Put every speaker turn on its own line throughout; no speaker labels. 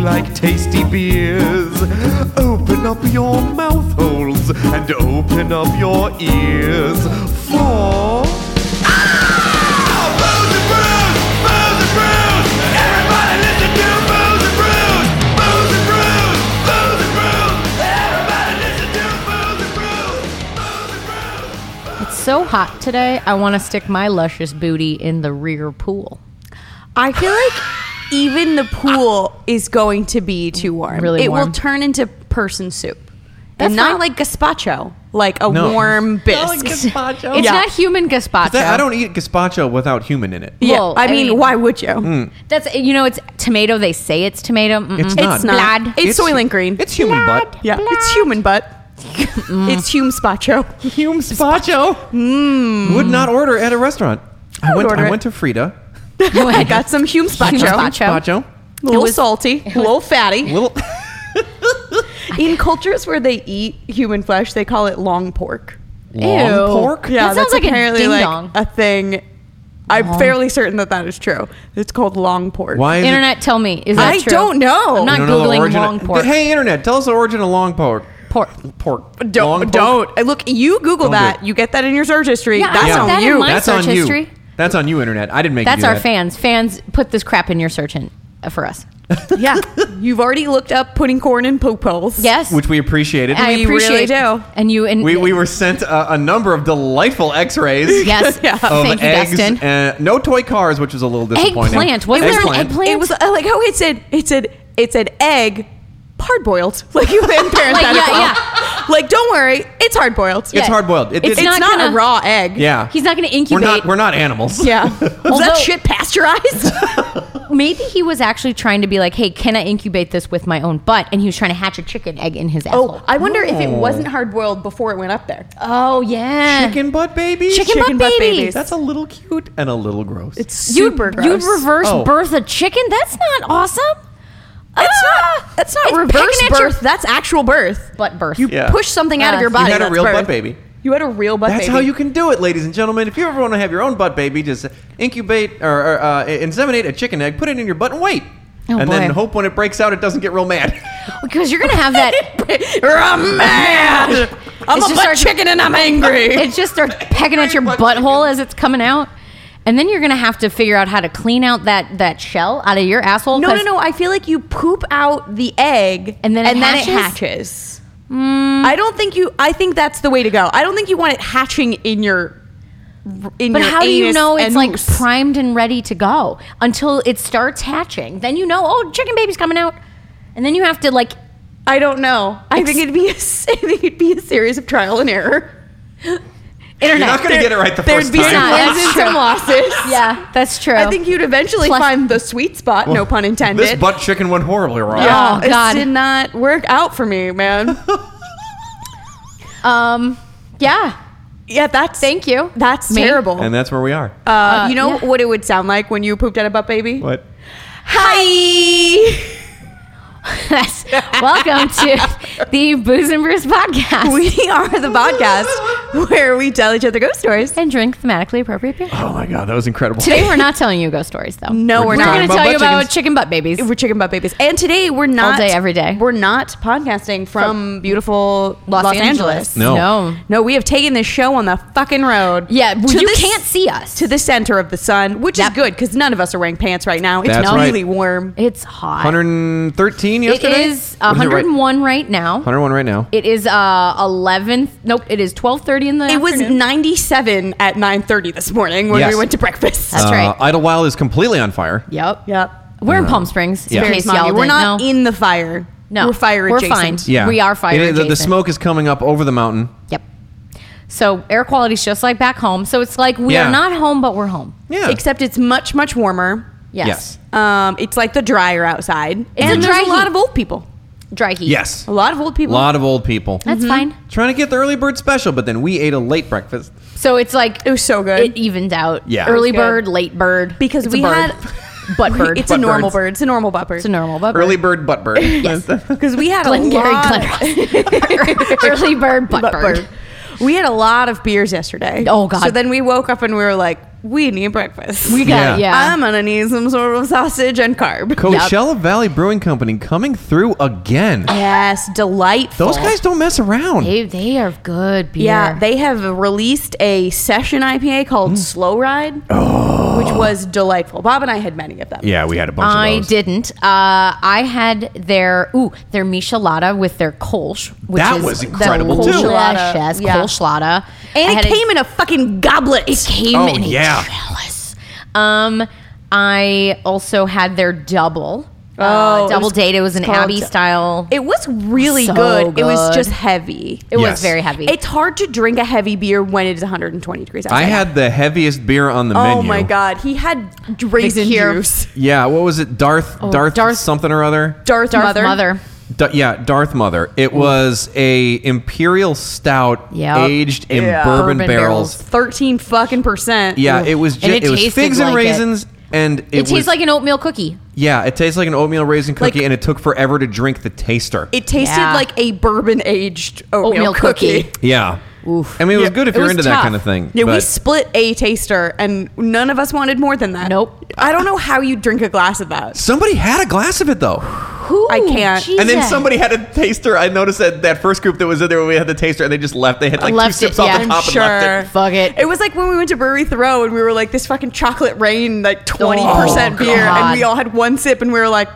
like tasty beers. Open up your mouth holes and open up your ears for.
It's so hot today. I want to stick my luscious booty in the rear pool.
I feel like even the pool is going to be too warm.
Really
it
warm.
will turn into person soup.
That's
and not
fine.
like gazpacho, like a
No.
warm bisque.
gazpacho.
It's
Yeah.
not human gazpacho.
That- I don't eat gazpacho without human in it.
yeah,
Well,
I,
I
mean,
mean-
why would you?
Hmm.
That's you know, it's tomato. They say it's tomato. Mm-mm.
It's not.
It's not.
Blood.
It's, Soylent Green.
It's human butt.
yeah, it's human butt.
Mm.
It's hume spacho.
Human gazpacho. Would not order at a restaurant. I,
would
went.
order
I
it.
went to Frida.
I got some hume spacho.
gazpacho.
Gazpacho.
A little
was-
salty, a little fatty.
Little.
In cultures where they eat human flesh, they call it long pork.
Long
Ew.
pork.
Yeah,
Oh. That sounds
that's
like a
apparently
ding
like
dong.
a thing. I'm fairly certain that that is true. It's called long pork.
Why is
Internet, tell me. Is that
I
true?
don't know.
I'm
It,
not
You don't know the
googling
origin of-
long pork.
Hey, internet, tell us the origin of long pork.
pork.
Pork.
Don't
Long pork?
don't Uh, look. You Google
Don't do
that.
it.
you get that in your search history.
Yeah, I
That's
put
on
that in
you.
my-
That's
search
on you.
history.
That's on you, internet. I didn't make.
That's
you do
our
that.
fans. Fans put this crap in your search in, uh, for us.
yeah, you've already looked up putting corn in poke holes.
Yes,
which we appreciated.
I
We really
appreciate.
do.
And you and
we, we were sent a, a number of delightful X-rays
yes.
Yeah.
of
Thank you,
eggs,
Dustin.
and no toy cars, which was a little disappointing.
Eggplant. Was there an eggplant?
it was uh, like oh, it said it said it said egg, hard boiled. Like you in parenthetical.
yeah.
Like don't worry, it's hard boiled.
It's hard boiled. It,
It's
It's, not,
gonna-
a raw egg.
Yeah.
He's not going to
We're
incubate.
not. We're not animals.
Yeah. Is
Although-
that shit pasteurized?
Maybe he was actually trying to be like, "Hey, can I incubate this with my own butt?" And he was trying to hatch a chicken egg in his asshole.
oh, I wonder if it wasn't hard boiled before it went up there.
oh yeah.
Chicken butt baby.
Chicken,
chicken
butt,
butt
babies.
babies.
That's a little cute and a little gross.
It's
You'd-
super
you'd,
gross.
reverse
Oh.
birth a chicken? That's not awesome.
It's
Ah!
not. That's not
It's
reverse
pecking at
birth.
your
That's actual birth.
butt birth.
You
Yeah.
push something out of
Yeah.
your
You
body.
you had a
that's
real
birth.
butt baby.
You had a real butt
That's
baby.
how you can do it, ladies and gentlemen. If you ever want to have your own butt baby, just incubate or, or uh, inseminate a chicken egg, put it in your butt, and wait.
Oh,
and then
boy.
hope when it breaks out, it doesn't get real mad.
Because you're gonna have that.
You're a man. I'm
It's
a
just
butt
our-
chicken and I'm angry.
it just starts pecking at your butthole as it's coming out, and then you're gonna have to figure out how to clean out that that shell out of your asshole.
no, no,
'cause-
no. I feel like you poop out the egg
And then it hatches?
hatches. Mm. I don't think you. I think that's the way to go. I don't think you want it hatching in your. In
But
your
how do you
anus
know it's
and
like
moose.
primed and ready to go until it starts hatching? Then you know, oh, chicken baby's coming out, and then you have to like.
I don't know. I think it'd be. A, I think it'd be a series of trial and error.
You're
Internet.
not going to get it right the
There'd
first
be
time.
some
Yeah,
wins and
that's true.
some losses.
yeah, that's true.
I think you'd eventually
Plus-
find the sweet spot. no pun intended.
This butt chicken went horribly wrong.
yeah,
Oh, God.
This did not work out for me, man.
Um, yeah.
yeah, that's
Thank you.
That's
Me?
terrible.
And that's where we are.
uh, you know what it would sound like when you pooped out a butt baby?
what?
Hi.
Yes. Welcome to the Booze and Brews podcast
We are the podcast where we tell each other ghost stories.
and drink thematically appropriate beer.
Oh my god, that was incredible.
Today we're not telling you ghost stories though.
No, we're,
we're,
not.
going to
about
tell
butt
you about
chickens.
chicken butt babies.
we're chicken butt babies. And today we're not
day, every day.
We're not podcasting from beautiful
Los
Los,
Angeles.
Angeles.
No.
No.
No, we have taken this show on the fucking road.
Yeah, well,
To
you
the-
can't see us.
to the center of the sun, which
Yep.
is good because none of us are wearing pants right now. It's
That's right.
really warm.
it's hot.
113
It
yesterday.
is
What it right-
101 right now.
101 right now.
It is uh 11. Nope, it is 12:30 in the
It was
afternoon.
97 at 9:30 this morning when
Yes.
we went to breakfast.
That's right.
Uh, Idlewild is completely on fire.
Yep.
yep.
We're in Palm Springs.
Uh-huh. Yeah.
In
Very
case
Mommy,
y'all
we're
didn't
not
know.
in the fire.
No,
we're fire
we're
adjacent.
fine. Yeah. We are fire
It is- the, the
adjacent.
smoke is coming up over the mountain.
Yep. So air quality's just like back home. So it's like we
Yeah.
are not home, but we're home.
Yeah.
Except it's much much warmer.
Yes.
Yes.
Um, it's like the drier outside,
It's
and
a
there's
dry
a lot
heat.
of old people.
Dry heat.
yes.
A lot of old
A
people.
lot of old people
That's
Mm-hmm.
fine.
trying to get the early bird special, but then we ate a late breakfast.
So it's like
It was so good.
It evened out.
Yeah.
Early
It was good.
bird, late bird.
Because
It's a
we
bird.
had-
butt bird.
it's
Butt
a normal
birds.
bird. It's a normal butt bird.
It's a normal butt
Early bird
bird.
butt bird.
Yes.
Because we had a
Glengarry
lot
Glen Ross. Early bird, butt,
Butt
bird.
bird. We had a lot of beers yesterday.
Oh, God.
So then we woke up and we were like, we need breakfast.
We got
Yeah.
yeah.
I'm gonna need some sort of sausage and carb.
Coachella Valley Brewing Company coming through again.
Yes, delightful.
Those guys don't mess around.
they they are good beer.
Yeah, they have released a session IPA called
Mm.
Slow Ride, which was delightful. Bob and I had many of them.
Oh. yeah, we had a bunch
I
of those.
didn't. Uh, I had their ooh their Michelada with their Kolsch, which
That
is
was
the
incredible, too.
Kolschladas,
Yeah.
Kolschlada. I
And
had
it came in a fucking goblet.
It came
Oh,
in a
yeah.
trellis. Um, I also had their double.
Oh,
uh,
it
double
was
date. It was an
called-
Abbey style.
It was really
So
good. It was
good.
just heavy. It
It
Yes.
was very heavy.
It's hard to drink a heavy beer when it is 120 degrees outside.
I had the heaviest beer on the
Oh
menu.
my god, he had raisin
cure.
juice.
Yeah, what was it? Darth, Darth,
Oh, Darth-
something or other.
Darth,
Darth
mother.
mother.
Da- yeah, Darth Mother. It was a imperial stout
Yep.
aged in
Yeah.
bourbon,
Bourbon
barrels.
barrels.
13 fucking percent.
Yeah, it was. Ju-
And
it,
it
was
tasted
figs and
like it.
raisins, and it,
It,
was,
tastes like an oatmeal cookie.
yeah, it tastes like an oatmeal raisin
Like-
cookie, and it took forever to drink the taster.
It tasted
Yeah.
like a bourbon aged oatmeal,
Oatmeal
cookie.
cookie.
yeah,
Oof.
I mean, it was
Yeah,
good if
it
you're
was
into that
tough.
kind of thing.
Yeah, we
but-
split a taster and none of us wanted more than that.
Nope.
I don't know how you drink a glass of that.
somebody had a glass of it though.
Who?
I can't.
And then
Jesus.
somebody had a taster. I noticed that that first group that was in there when we had the taster, and they just left. They had like two
Left
sips
it,
off
yeah.
the
I'm
top and left it.
Fuck it.
It was like when we went to Brewery Throw and we were like this fucking chocolate rain, like 20%
Oh,
beer.
God.
And we all had one sip and we were like,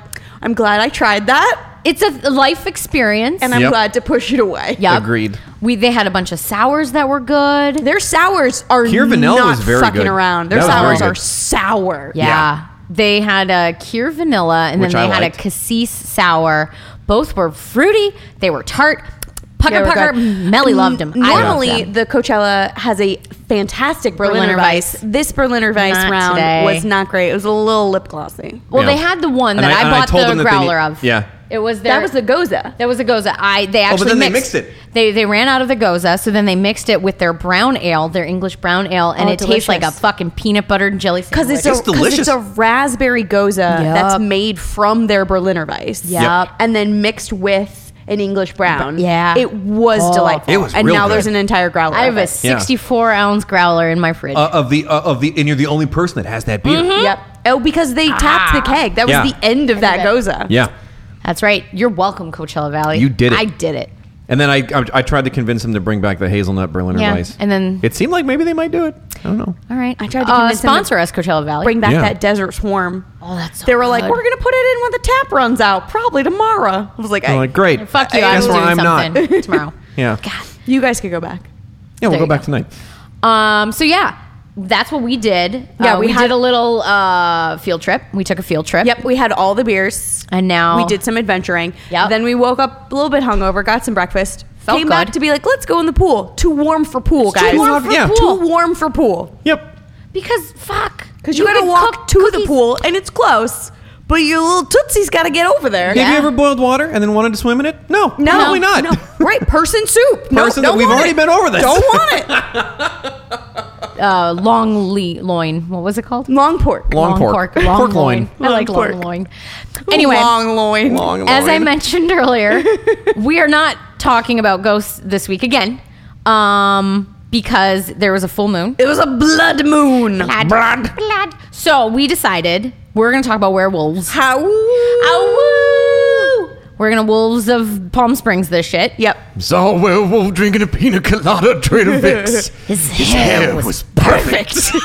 I'm glad I tried that.
It's a life experience.
And I'm
Yep.
glad to push it away.
Yep.
Agreed.
We they had a bunch of sours that were good.
Their sours are
Pure vanilla
not
was very
fucking
good.
around. Their
That was very
sours are
good.
sour.
Yeah.
Yeah.
They had a Cure Vanilla and
Which
then
I
they had
liked.
a Cassis Sour. Both were fruity. They were tart. Pucker
They were
pucker.
good. Mm,
Melly loved them. I loved
Normally,
them.
the Coachella has a fantastic Berliner,
Berliner
Weiss.
Weiss.
This Berliner Weiss
Not
round
today.
was not great. It was a little lip glossy.
well,
Yeah.
they had the one
And
that
I-
I,
and I
bought
told them
the
that they
growler
need-
of.
Yeah. Oh,
It was their,
That was the Goza.
That was a goza. I they actually
then they
mixed.
mixed it.
They they ran out of the goza, so then they mixed it with their brown ale, their English brown ale, and
Oh,
it tastes like a
delicious.
fucking peanut butter and jelly sandwich.
Because it's,
It's
a- 'cause
delicious.
it's a raspberry Goza that's
Yup.
made from their Berliner Weiss.
Yup.
And then mixed with an English brown.
Yeah.
It was
Oh.
delightful.
It was
and
real
now
good.
there's an entire growler.
I have
of
a
it.
Yeah.
64 ounce growler in my fridge.
Uh, of the uh, of the, and you're the only person that has that beer.
Mm-hmm.
Yep. Oh, because they tapped the keg. That was
Yeah.
the end of that
Ah. it.
Goza.
Yeah.
That's right. You're welcome, Coachella Valley.
You did it.
I did it.
And then I, I I tried to convince him to bring back the hazelnut Berliner
Yeah,
Weiss.
and then-
it seemed like maybe they might do it. I don't know.
All right.
I tried to
uh,
convince him to
sponsor us, Coachella Valley.
Bring back
Yeah.
that Desert Swarm.
Oh, that's so
they were like,
good.
we're going to put it in when the tap runs out, probably tomorrow. I was like,
I'm
I-
like great.
Fuck you.
I
I'm
guess
doing
where I'm not.
something tomorrow.
Yeah.
God.
you guys could go back.
Yeah, we'll
There
go
you
back
go.
tonight.
Um, so yeah, that's what we did.
Yeah,
Uh,
we
we,
had-
did a little uh, field trip. We took a field trip.
Yep, we had all the beers.
And now
we did some adventuring.
Oh. Yep.
Then we woke up a little bit hungover, got some breakfast,
Felt
came back
good.
to be like, let's go in the pool. Too warm for pool,
It's
guys.
too warm for
Yeah.
pool.
Too warm for pool.
Yep.
because fuck.
Because you, gotta
can
walk
cook
to the
cookies.
pool and it's close, but your little Tootsie's gotta get over there.
Have
Yeah.
you ever boiled water and then wanted to swim in it? No.
No,
Probably not.
no. Right, person soup. No,
Person that
don't
we've
want
already
it.
been over this.
Don't want it.
Uh, long le- loin. What was it called?
Long pork.
Long pork.
Long
Pork loin.
loin. I
Long
like
pork.
long loin. Anyway,
long loin.
Long
As I
line.
mentioned earlier, we are not talking about ghosts this week again um, because there was a full moon.
It was a blood moon.
Blood. Blood. So we decided we're going to talk about werewolves.
How?
Ow! We're going to wolves of Palm Springs this shit.
Yep.
Saw a werewolf drinking a pina colada, Trader Vic's.
His, hair, was,
perfect.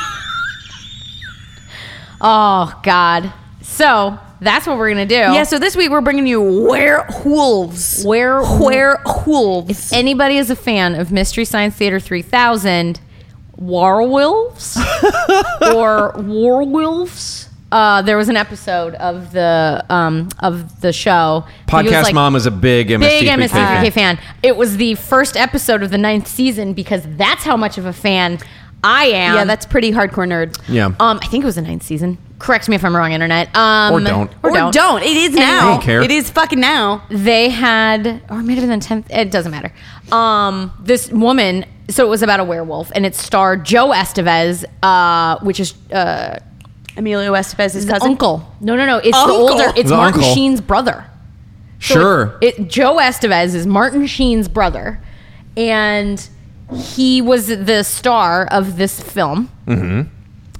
Oh, God. So that's what we're going to do.
Yeah, so this week we're bringing you werewolves.
Were-
Werewolves.
Anybody is a fan of Mystery Science Theater 3000, Warwolves or Warwolves? Uh, there was an episode of the um, of the show. He was,
Podcast
like,
mom is a big MST.
Big MSTPK fan. It was the first episode of the ninth season because that's how much of a fan I am.
Yeah, that's pretty hardcore nerd.
Yeah.
Um, I think it was the ninth season. Correct me if I'm wrong, internet. Um,
Or don't.
Or,
Or, don't.
don't.
It is
Anyway.
now.
I don't care.
It is fucking now.
they had or it might have been the 10th it doesn't matter um this woman so it was about a werewolf and it starred joe estevez uh which is uh
Emilio Estevez's
the
cousin.
uncle no no no it's
Uncle?
the older it's
The
martin
uncle.
sheen's brother So
Sure.
it's- it, joe estevez is martin sheen's brother and he was the star of this film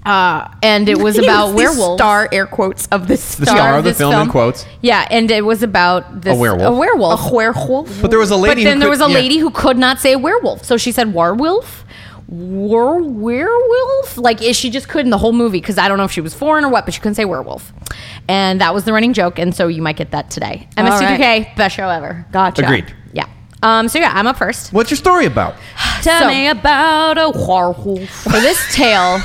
uh, and it was
He
about
the
werewolves.
Star air quotes of this star.
The star of the
this
film in quotes.
Yeah, and it was about this,
werewolf.
A werewolf.
A werewolf.
But there was a
but
lady.
then
who
there
could-
was a
yeah.
lady who could not say werewolf, so she said warwolf, war werewolf. Like is she just couldn't the whole movie because I don't know if she was foreign or what, but she couldn't say werewolf, and that was the running joke. And so you might get that today. MST3K, best show ever.
Gotcha.
Agreed.
Yeah. Um. So yeah, I'm up first.
What's your story about?
Tell me
about a werewolf.
for this tale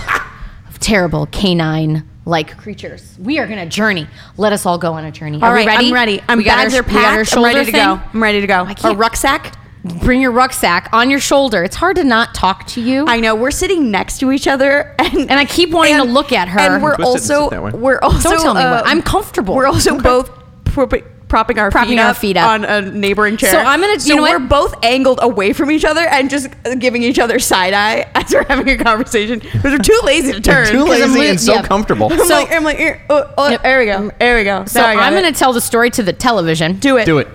of terrible canine like creatures. We are going to journey. Let us all go on a journey.
All
are
right,
we ready?
I'm ready. I'm
we got our,
bags are
we got our
packed. I'm
shoulder
ready to go.
thing.
I'm ready to go. A
can't-
rucksack.
Bring your rucksack on your shoulder. It's hard to not talk to you.
I know we're sitting next to each other, and
And I keep wanting to look at her.
And we're
Twist it and sit
also
that way.
we're also
Don't tell me
uh,
what. I'm comfortable.
We're also both prop- propping our
Propping
feet
our
up
feet up.
on a neighboring chair.
So I'm gonna-
So
you know what?
we're both angled away from each other and just giving each other side eye as we're having a conversation. We're too lazy to turn.
Too
'Cause I'm
lazy
lo-
and so
yeah.
comfortable.
I'm
So-
like, I'm like, here, oh, oh,
Yep.
there we go, there we go.
so I'm going to tell the story to the television.
do it.
Do it.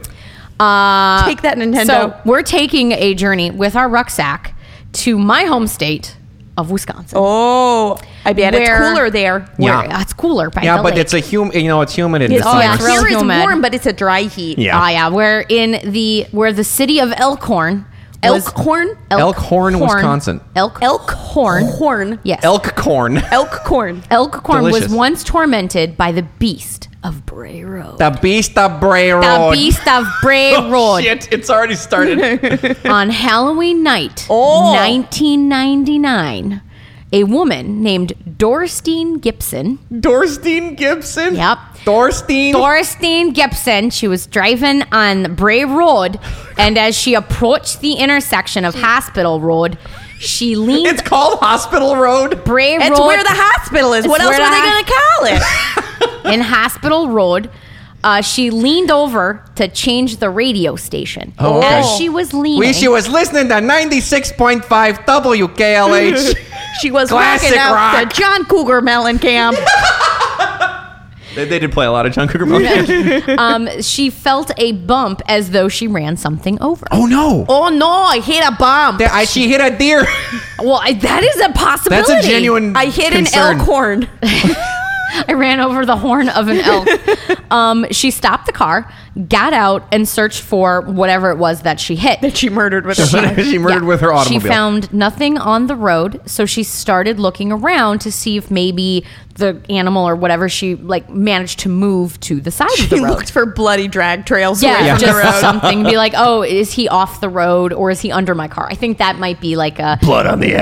Uh,
Take that, Nintendo.
So we're taking a journey with our rucksack to my home state of Wisconsin.
Oh, I bet
Where-
it's cooler there.
Where-
Yeah.
it's cooler. By
Yeah,
the
but
lake.
it's a human. You know, it's human in
It's-
the
oh,
summer.
yeah, it's really
here it's
humid.
warm, but it's a dry heat.
Yeah.
Ah, yeah. We're in the we're the city of Elkhorn. was-
Elkhorn?
Elkhorn, Wisconsin.
Elk Elkhorn.
Horn.
Yes.
elk corn.
Elk corn.
Elkhorn
Delicious.
was once tormented by the beast of Bray Road.
the beast of Bray Road. Oh,
The beast of Bray Road
Shit, it's already started.
on Halloween night,
Oh.
1999. A woman named Dorstein Gibson.
Dorstein Gibson.
Yep.
Dorstein.
Dorstein Gibson. She was driving on Brave Road, and as she approached the intersection of Hospital Road, she leaned.
it's called Hospital Road.
Brave
It's
Road
where the hospital is.
It's
what else
where
are
the
they
hos-
going to call it?
in Hospital Road. Uh, she leaned over to change the radio station.
Oh, okay.
As she was leaning,
Wish she was listening to 96.5 WKLH.
She was
Classic
rocking out
rock.
the John Cougar Mellencamp.
they, they did play a lot of John Cougar Mellencamp.
um, she felt a bump as though she ran something over.
oh, no.
Oh, no, I hit a bump.
There- I, she hit a deer.
well, I, that is a possibility.
That's a genuine
I hit
concern.
an elk horn.
I ran over the horn of an elk. um, she stopped the car, got out, and searched for whatever it was that she hit.
that she murdered with
She-
her.
she murdered
Yeah.
with her automobile.
She found nothing on the road, so she started looking around to see if maybe the animal or whatever she like managed to move to the side of
She
the road.
looked for bloody drag trails
yeah,
away from
just
the road.
something. Be like, oh, is he off the road or is he under my car? I think that might be like a
Blood on the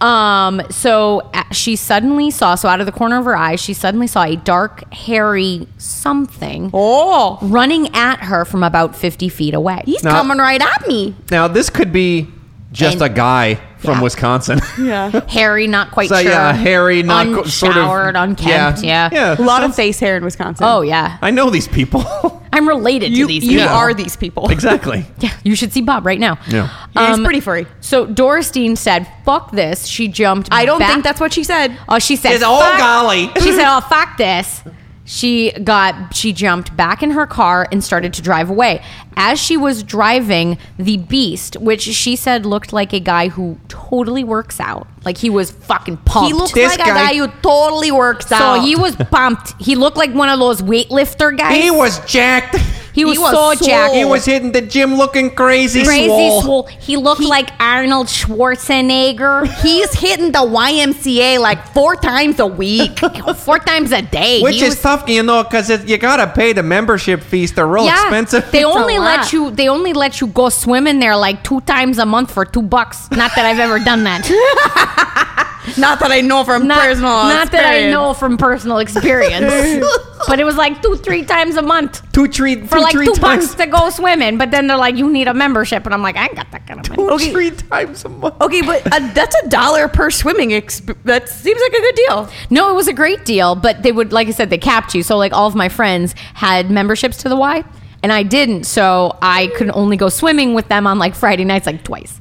um, so uh, she suddenly saw, so out of the corner of her eye, she suddenly saw a dark, hairy something
Oh,
running at her from about 50 feet away.
he's
Now-
coming right at me.
Now, this could be just
And-
a guy from
Yeah.
Wisconsin.
Yeah.
hairy, not quite
So,
sure.
yeah, hairy, not co-
unshowered,
sort of-
unkempt.
Yeah.
Yeah.
Yeah.
A lot of face hair in Wisconsin.
Oh yeah,
I know these people.
I'm related
you,
to these.
you
people.
are these people.
exactly.
Yeah, you should see Bob right now. Um,
Yeah.
Yeah, he's pretty furry.
So Dorstein said, "Fuck this." She jumped.
I don't
back-
think that's what she said.
Oh, she said,
Says, "Oh,
"Fuck-"
golly.
She said, "Oh, fuck this." She got. She jumped back in her car and started to drive away. As she was driving, the beast, which she said looked like a guy who totally works out, like he was fucking pumped.
He looks
This
like a
guy-
guy who totally works out.
so he was pumped. He looked like one of those weightlifter guys.
He was jacked.
He was,
He was
so
swole.
jacked.
He was hitting the gym looking crazy.
crazy
swole.
swole. He looked like Arnold Schwarzenegger.
he's hitting the YMCA like four times a week.
Four times a day.
Which
He
is
was-
tough, you know, because you gotta pay the membership fees. They're real
yeah,
Oh, expensive.
They
It's a
only
lot.
let you. They only let you go swim in there like two times a month for two bucks. Not that I've ever done that.
not that I know from
Not,
personal
not that I
experience.
know from personal experience. but it was like two, three times a month
two, three, two,
for like
three
two
times,
bucks to go swimming. But then they're like, you need a membership, and I'm like, I ain't got that kind of money.
two,
Okay.
three times a month.
Okay, but uh, that's a dollar per swimming. Exp- that seems like a good deal.
No, it was a great deal, but they would, like I said, they capped you. So, like, all of my friends had memberships to the Y, and I didn't. So, I could only go swimming with them on like Friday nights, like twice.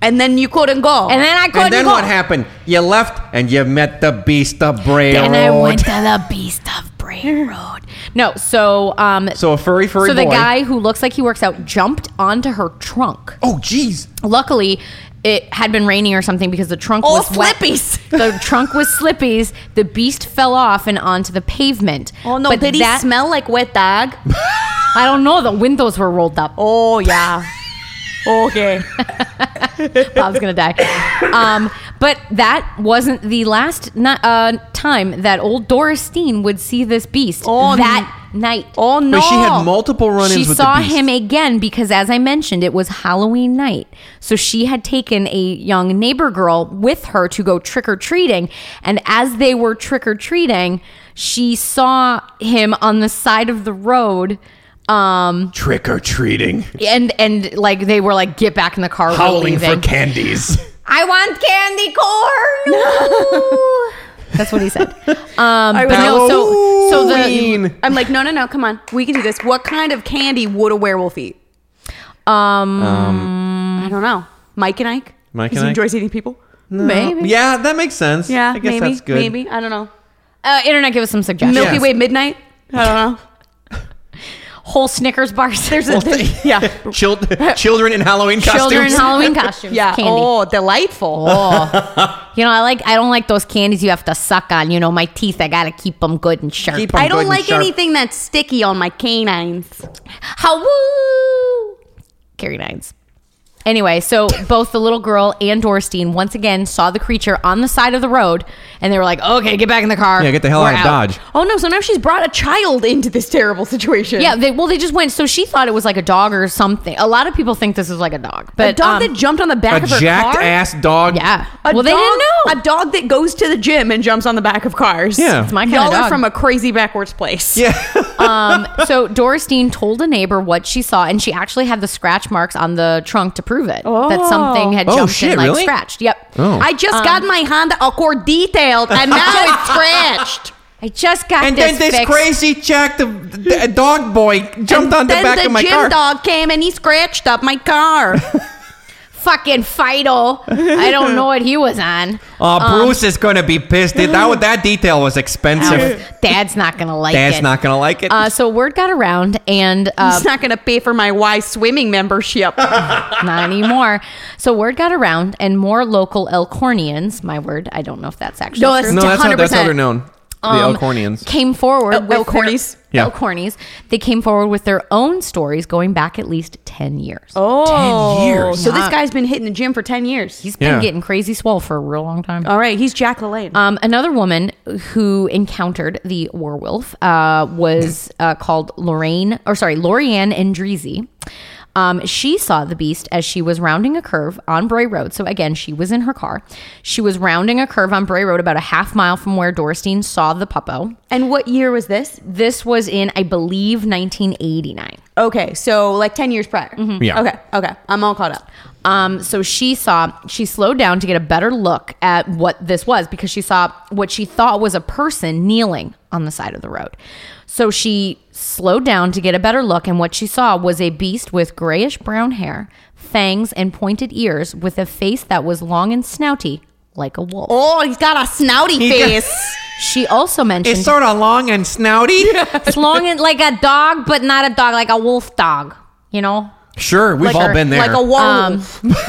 And then you couldn't go.
And then I couldn't
And then
go.
what happened? You left and you met the beast of Bray
And I
Road.
went to the Beast of Bray Road. No, so, um,
So a furry, furry
so the
boy.
guy who looks like he works out jumped onto her trunk.
oh, jeez.
Luckily, it had been raining or something because the trunk
All
was wet.
slippies.
The trunk was slippies. The beast fell off and onto the pavement.
Oh no!
But
did he
that-
smell like wet dog?
I don't know. The windows were rolled up.
Oh yeah. okay.
Bob's gonna die. Um, but that wasn't the last ni- uh, time that old Doris Steen would see this beast.
Oh,
that night.
Oh no!
But she had multiple run-ins
she
with
saw
the beast.
him again because as i mentioned it was halloween night so she had taken a young neighbor girl with her to go trick-or-treating and as they were trick-or-treating she saw him on the side of the road um
Trick or treating.
and and like they were like get back in the car we're
Howling for
leaving
candies.
i want candy corn that's what he said um
I
but no so so the
Halloween.
I'm like, no, no, no! Come on, we can do this. What kind of candy would a werewolf eat?
um,
Uh,
I don't know. Mike and Ike.
Mike
Because
and
he
Ike?
enjoys eating people.
maybe
Yeah, that makes sense.
Yeah,
I guess
maybe,
that's good.
Maybe I don't know.
uh, internet give us some suggestions
Milky
Yes.
Way midnight. I don't know.
whole snickers bars there's
Well, th-
Yeah.
Chil- children in Halloween costumes.
children Halloween costumes.
Yeah.
candy.
Oh, delightful.
Oh. you know, I like. I don't like those candies you have to suck on. You know, my teeth. I gotta keep them good and sharp.
Keep 'em
I
good
don't
and
like
sharp.
anything that's sticky on my canines.
How woo! Carrie Nines. Anyway, so both the little girl and Dorstein once again saw the creature on the side of the road, and they were like, "Okay, get back in the car.
Yeah, get the hell
We're
out of Dodge.
Oh no! So now she's brought a child into this terrible situation.
Yeah, they, well, they just went. So she thought it was like a dog or something. A lot of people think this is like a dog, but
a dog
um,
that jumped on the back
A
of her
jacked
car.
ass dog.
yeah.
A
well, they
dog-
didn't know.
A dog that goes to the gym and jumps on the back of cars.
Yeah. It's
my kinda
Y'all
dog.
are from a crazy backwards place.
Yeah.
Um, so Doris Dean told a neighbor what she saw, and she actually had the scratch marks on the trunk to prove it that something had
Oh,
jumped
shit,
and like
really?
scratched. Yep.
Oh.
I just got my Honda Accord detailed and now it's scratched.
I just got
And
this.
then this
fixed.
crazy Jack, the, the- a dog boy, jumped on the
then
back
the
of my
gym
car.
dog came and he scratched up my car.
fucking Fido. I don't know what he was on.
Oh, Bruce is gonna be pissed. That that detail was expensive.
Dad's not gonna like
Dad's
it.
not gonna like it.
Uh, so word got around, and uh,
He's not going to pay for my Y swimming membership.
Oh,
not anymore. So word got around, and more local Elcornians. My word, I don't know if that's actually
No,
true.
it's
no, that's how, that's how
100%.
they're known. The
um,
Elcornians.
came forward
El-
with their-
Elcornies?
Yeah.
Elcornies. They came forward with their own stories going back at least 10 years.
Oh,
10 years.
So this guy's been hitting the gym for 10 years.
He's been
Yeah.
getting crazy swole for a real long time.
All right, he's Jack LaLanne.
Um, another woman who encountered the werewolf uh, was uh, called Lorraine, or sorry, Lorianne Endrizi. Um, she saw the beast as she was rounding a curve on Bray Road. So again, she was in her car. She was rounding a curve on Bray Road about a half mile from where Dorstein saw the puppo.
and what year was this?
This was in, I believe, 1989.
Okay, so like 10 years prior.
Yeah.
Mm-hmm. Okay, okay. I'm all caught up.
Um, so she saw, she slowed down to get a better look at what this was because she saw what she thought was a person kneeling on the side of the road. So she slowed down to get a better look, and what she saw was a beast with grayish brown hair, fangs, and pointed ears, with a face that was long and snouty like a wolf.
Oh, he's got a snouty
got-
face.
She also mentioned
it's sort of long and snouty.
it's long and like a dog, but not a dog, like a wolf dog, you know?
Sure, we've
Like
all
a-
been there.
like a
Um,
werewolf.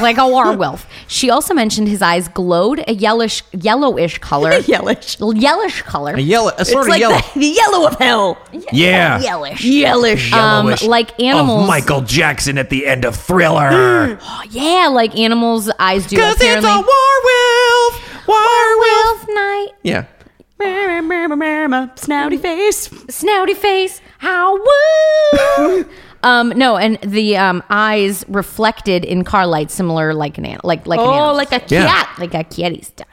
like a werewolf. She also mentioned his eyes glowed a yellowish, yellowish color.
Yellish.
Yellowish color.
a yellow, a sort of
It's like
yellow.
The, the yellow of hell.
Yeah.
Yellowish.
Yellish. Uh,
Um, like animals.
Of Michael Jackson at the end of Thriller.
Yeah, like animals' eyes do.
Cause it's a
apparently.
werewolf. Werewolf.
Wolf night,
Yeah.
Snouty face.
snouty face. How woo! um, no, and the um, eyes reflected in car light, similar like an an- like like an
Oh,
animal's.
like a cat.
Yeah.
like a Kieris does.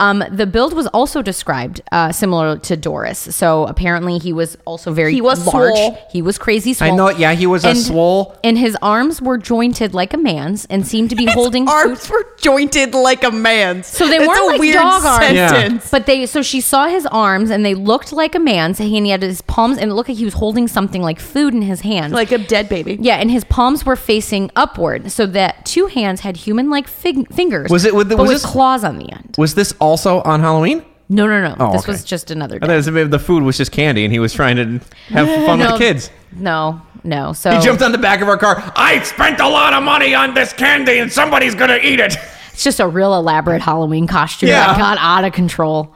Um, the build was also described uh, similar to Doris. So apparently he was also very
He was
large.
swole.
He was crazy swole.
I know. Yeah, he was a swole.
And his arms were jointed like a man's and seemed to be holding
His
food.
arms were jointed like a man's.
So they
That's
weren't
a
like
weird
dog arms.
sentence.
But they so she saw his arms and they looked like a man's and he had his palms and it looked like he was holding something like food in his hand.
Like a dead baby.
yeah, and his palms were facing upward, so that two hands had human-like fig- fingers.
Was it with the-
but
was
with
this-
claws on the end?
Was this also on Halloween?
No, no, no.
Oh,
this
okay.
was just another.
I
Day.
thought it was- maybe the food was just candy, and he was trying to have fun with
No, Oh.
the kids.
No, no. So
He jumped on the back of our car. I spent a lot of money on this candy, and somebody's gonna eat it.
it's just a real elaborate Halloween costume
Yeah.
that got out of control.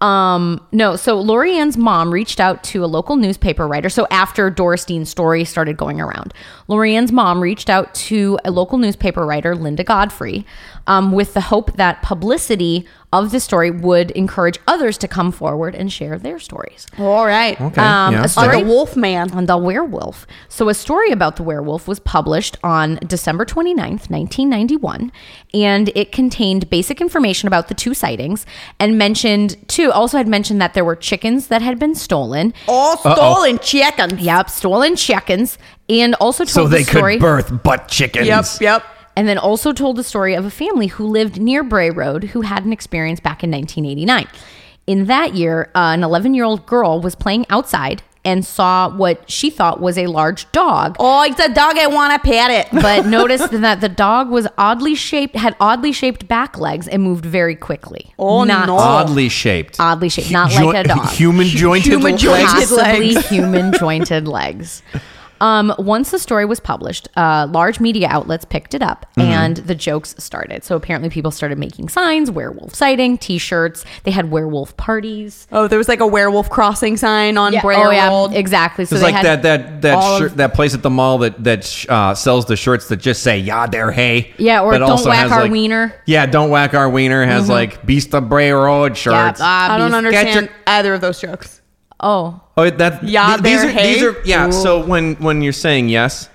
Um, no, so Lori Ann's mom reached out to a local newspaper writer. So after Doris Dean's story started going around, Lori Ann's mom reached out to a local newspaper writer, Linda Godfrey, um, with the hope that publicity of the story would encourage others to come forward and share their stories.
All right.
Okay,
Um,
yeah.
a
Like
story-
a wolf man.
on the werewolf. So, a story about the werewolf was published on December 29th, 1991, and it contained basic information about the two sightings and mentioned, too, also had mentioned that there were chickens that had been stolen.
Oh.
All stolen chicken.
Yep, stolen chickens, and also told
so
the
they
story.
could birth butt chickens.
Yep, yep.
and then also told the story of a family who lived near Bray Road who had an experience back in 1989. In that year, uh, an 11 year old girl was playing outside and saw what she thought was a large dog
Oh, it's a dog. I want to pet it.
but noticed that the dog was oddly shaped, had oddly shaped back legs, and moved very quickly.
Oh,
not
no.
Oddly shaped.
oddly shaped, not
Joi-
like a dog.
Human jointed.
Human
legs?
jointed.
Possibly
legs.
human jointed legs. Um, once the story was published, uh, large media outlets picked it up and the jokes started. So apparently, people started making signs, werewolf sighting, t shirts. They had werewolf parties.
Oh, there was like a werewolf crossing sign on Bray
Oh,
Road.
yeah, exactly. So
It's
they
like that
had
that that
all
shir-
of-
that place at the mall that that sh- uh, sells the shirts that just say "Yeah, there, hey."
Yeah, or
but
"Don't
also
whack
has,
our
like-
wiener." Mm-hmm.
Yeah, don't whack our wiener has like Beast of Bray Road shirts.
uh,
I don't
Get
understand either of those jokes.
Oh,
oh, that
Yeah,
th- these
there,
are these
hey.
are yeah. So when when you're saying yes. In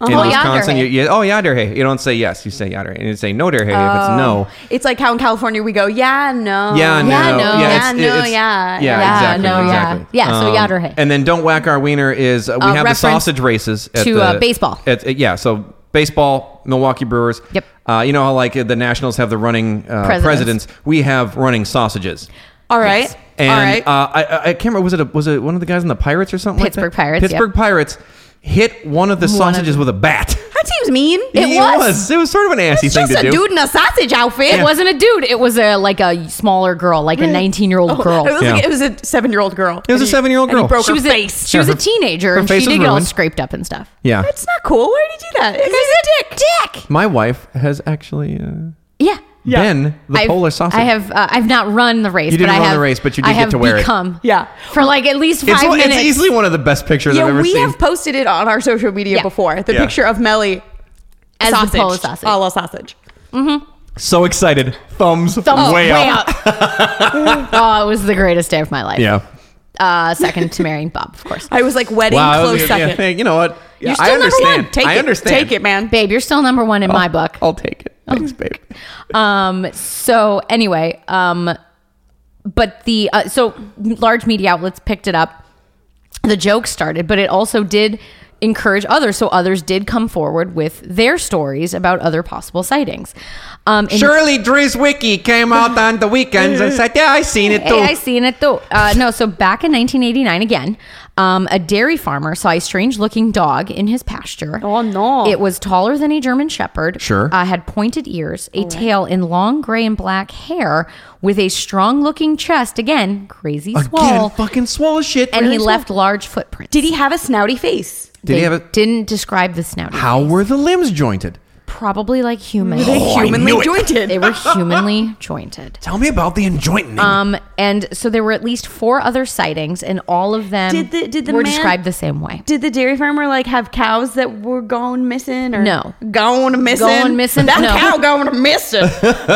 Oh, yeah, there,
Wisconsin,
hey.
you, you, oh yeah, there, hey. You don't say yes, you say yeah, there, hey. And you say no, there, hey. If it's no,
It's like how in California we go, yeah, no.
Oh. yeah, no,
Yeah, Oh. no. Yeah,
it's-
no,
it's- yeah,
yeah.
Yeah,
exactly,
no, yeah.
exactly. Um,
Yeah, so yeah, there, hey.
And then don't whack our wiener is uh, we
Uh,
have the
reference
sausage races at
to,
the,
uh, baseball.
At, at- yeah, so baseball, Milwaukee Brewers.
Yep.
Uh, you know how like the Nationals have the running uh,
Presidents.
presidents. We have running sausages.
All right.
And
All right.
uh, I, I- I can't remember. Was it a, was it one of the guys in the Pirates or something? like that?
Pittsburgh Pirates, yep.
Pittsburgh Pirates hit one of the sausages with a bat.
that seems mean.
It
He
was.
It was sort of an assy
It's
thing
just
to
a
do.
dude in a sausage outfit.
It wasn't a dude. It was a like a smaller girl, like a 19 year old girl.
It was, like,
Yeah.
it was a seven-year-old girl.
It was a
And he-
seven-year-old
and he
girl.
broke
she
her
was
face.
A, she was
Yeah,
a
Oh, her-
teenager
her
and
face
she
was
did get all
ruined.
scraped up and stuff.
Yeah.
That's not cool. Why did he do that? He's a dick. Dick.
My wife has actually uh,
Yeah.
been the
I've-
polar sausage.
I have. Uh, I've not run the race.
You didn't
but I
run the
have-
race, but you did
I
get
have
to wear it.
become,
Yeah.
For like at least five
It's, one- it's
minutes.
easily one of the best pictures I've
Yeah,
ever
we
seen.
have posted it on our social media
Yeah.
before. The
Yeah.
picture of Melly
As the
sausage,
Polish sausage.
a la sausage.
so excited. Thumbs,
Thumbs
way, up.
oh, it was the greatest day of my life.
Yeah.
Uh, second to marrying Bob, of course.
I was like wedding
Wow.
close
yeah,
second.
hey, you know what?
You're
Yeah,
still
I
number
understand.
one. Take
I
it.
understand.
Take it, man.
Babe, you're still number one in
Oh.
my book.
I'll take it. Thanks, babe.
Um, so anyway, um, but the uh, so large media outlets picked it up. The joke started, but it also did encourage others. So others did come forward with their stories about other possible sightings. Um, and-
Shirley Driswicky came out on the weekends and said, "Yeah, I seen it
Hey, I seen it though. Uh, no, so back in 1989 again, um, a dairy farmer saw a strange-looking dog in his pasture.
Oh, no.
It was taller than a German Shepherd.
Sure. Oh,
uh, had pointed ears, a tail, and long gray and black hair, with a strong-looking chest. Again, crazy swole,
fucking swole shit.
and he left large footprints.
Did he have a snouty face?
Did
They
he have a?
Didn't describe the snouty.
How were the limbs jointed?
Probably like human.
Humanly
Oh, knew it.
jointed.
they were humanly jointed.
Tell me about the enjointing.
Um, and so there were at least four other sightings, and all of them
Did the- did the
were
man-
described the same way.
Did the dairy farmer like have cows that were going missing or
No.
going missing?
Going missing?
That
No.
cow going missing.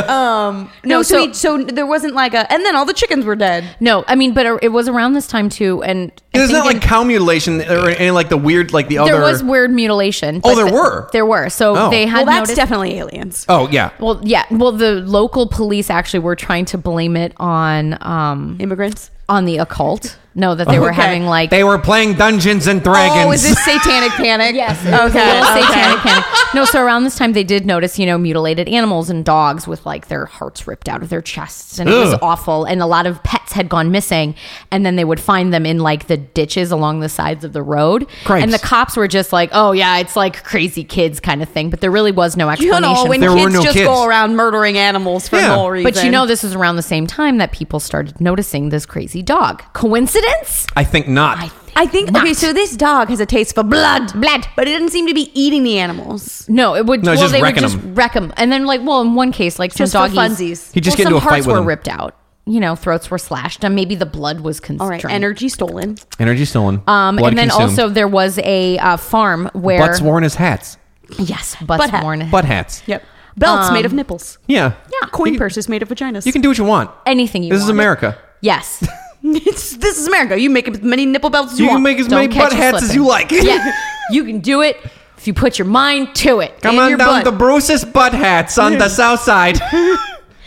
um, no,
No,
so
so-
he- so there wasn't like a, and then all the chickens were dead.
No, I mean, but it was around this time too, and I
it's
think
not like
in-
cow mutilation or any like the weird, like the other.
there was weird mutilation.
Oh,
but
there
the-
were?
There were. So
Oh.
they
Well,
had
that's
noticed-
definitely aliens.
oh yeah.
Well, yeah. Well, the local police actually were trying to blame it on um
Immigrants.
on the occult. No, that they were
Okay.
having like
They were playing Dungeons and Dragons.
Oh, is this satanic panic?
Yes. it was a
Okay.
little
okay.
satanic panic. No, so around this time they did notice, you know, mutilated animals and dogs with like their hearts ripped out of their chests and it was
Ugh.
awful and a lot of pets had gone missing and then they would find them in like the ditches along the sides of the road.
Cripes.
And the cops were just like, "Oh yeah, it's like crazy kids kind of thing," but there really was no
You
explanation.
know, when
There were
kids
no
just
kids.
go around murdering animals for
Yeah.
no reason.
but you know this was around the same time that people started noticing this crazy dog. Coincidence?
I think not.
I think okay. So this dog has a taste for blood,
Blood.
but it doesn't seem to be eating the animals.
No, it would.
No, it's
well,
just
they would
wrecking
just
'em.
wreck them, and then like, well, in one case, like some
Just for
doggies,
funsies.
He'd just
well,
get into
some
a fight
parts
with
were
'em.
ripped out. You know, throats were slashed, and maybe the blood was constrained.
All right, energy stolen.
Energy stolen.
Um,
Blood
and then
consumed.
also there was a uh, farm where
butts worn as hats.
yes, butts
Butt hat.
worn,
Butt hats.
Yep, belts made of nipples.
Yeah.
Eh. Yeah.
Coin
you can-
purses made of vaginas.
You can do what you want.
anything you
This is
wanted.
America.
Yes,
It's, this is America. You make as many nipple belts as you,
You can
want.
make as
Don't
many
catch
butt
you
hats as
slipping.
you like.
yeah, you can do it if you put your mind to it.
Come
In
on
your
down
butt.
to Bruce's Butt Hats on the south side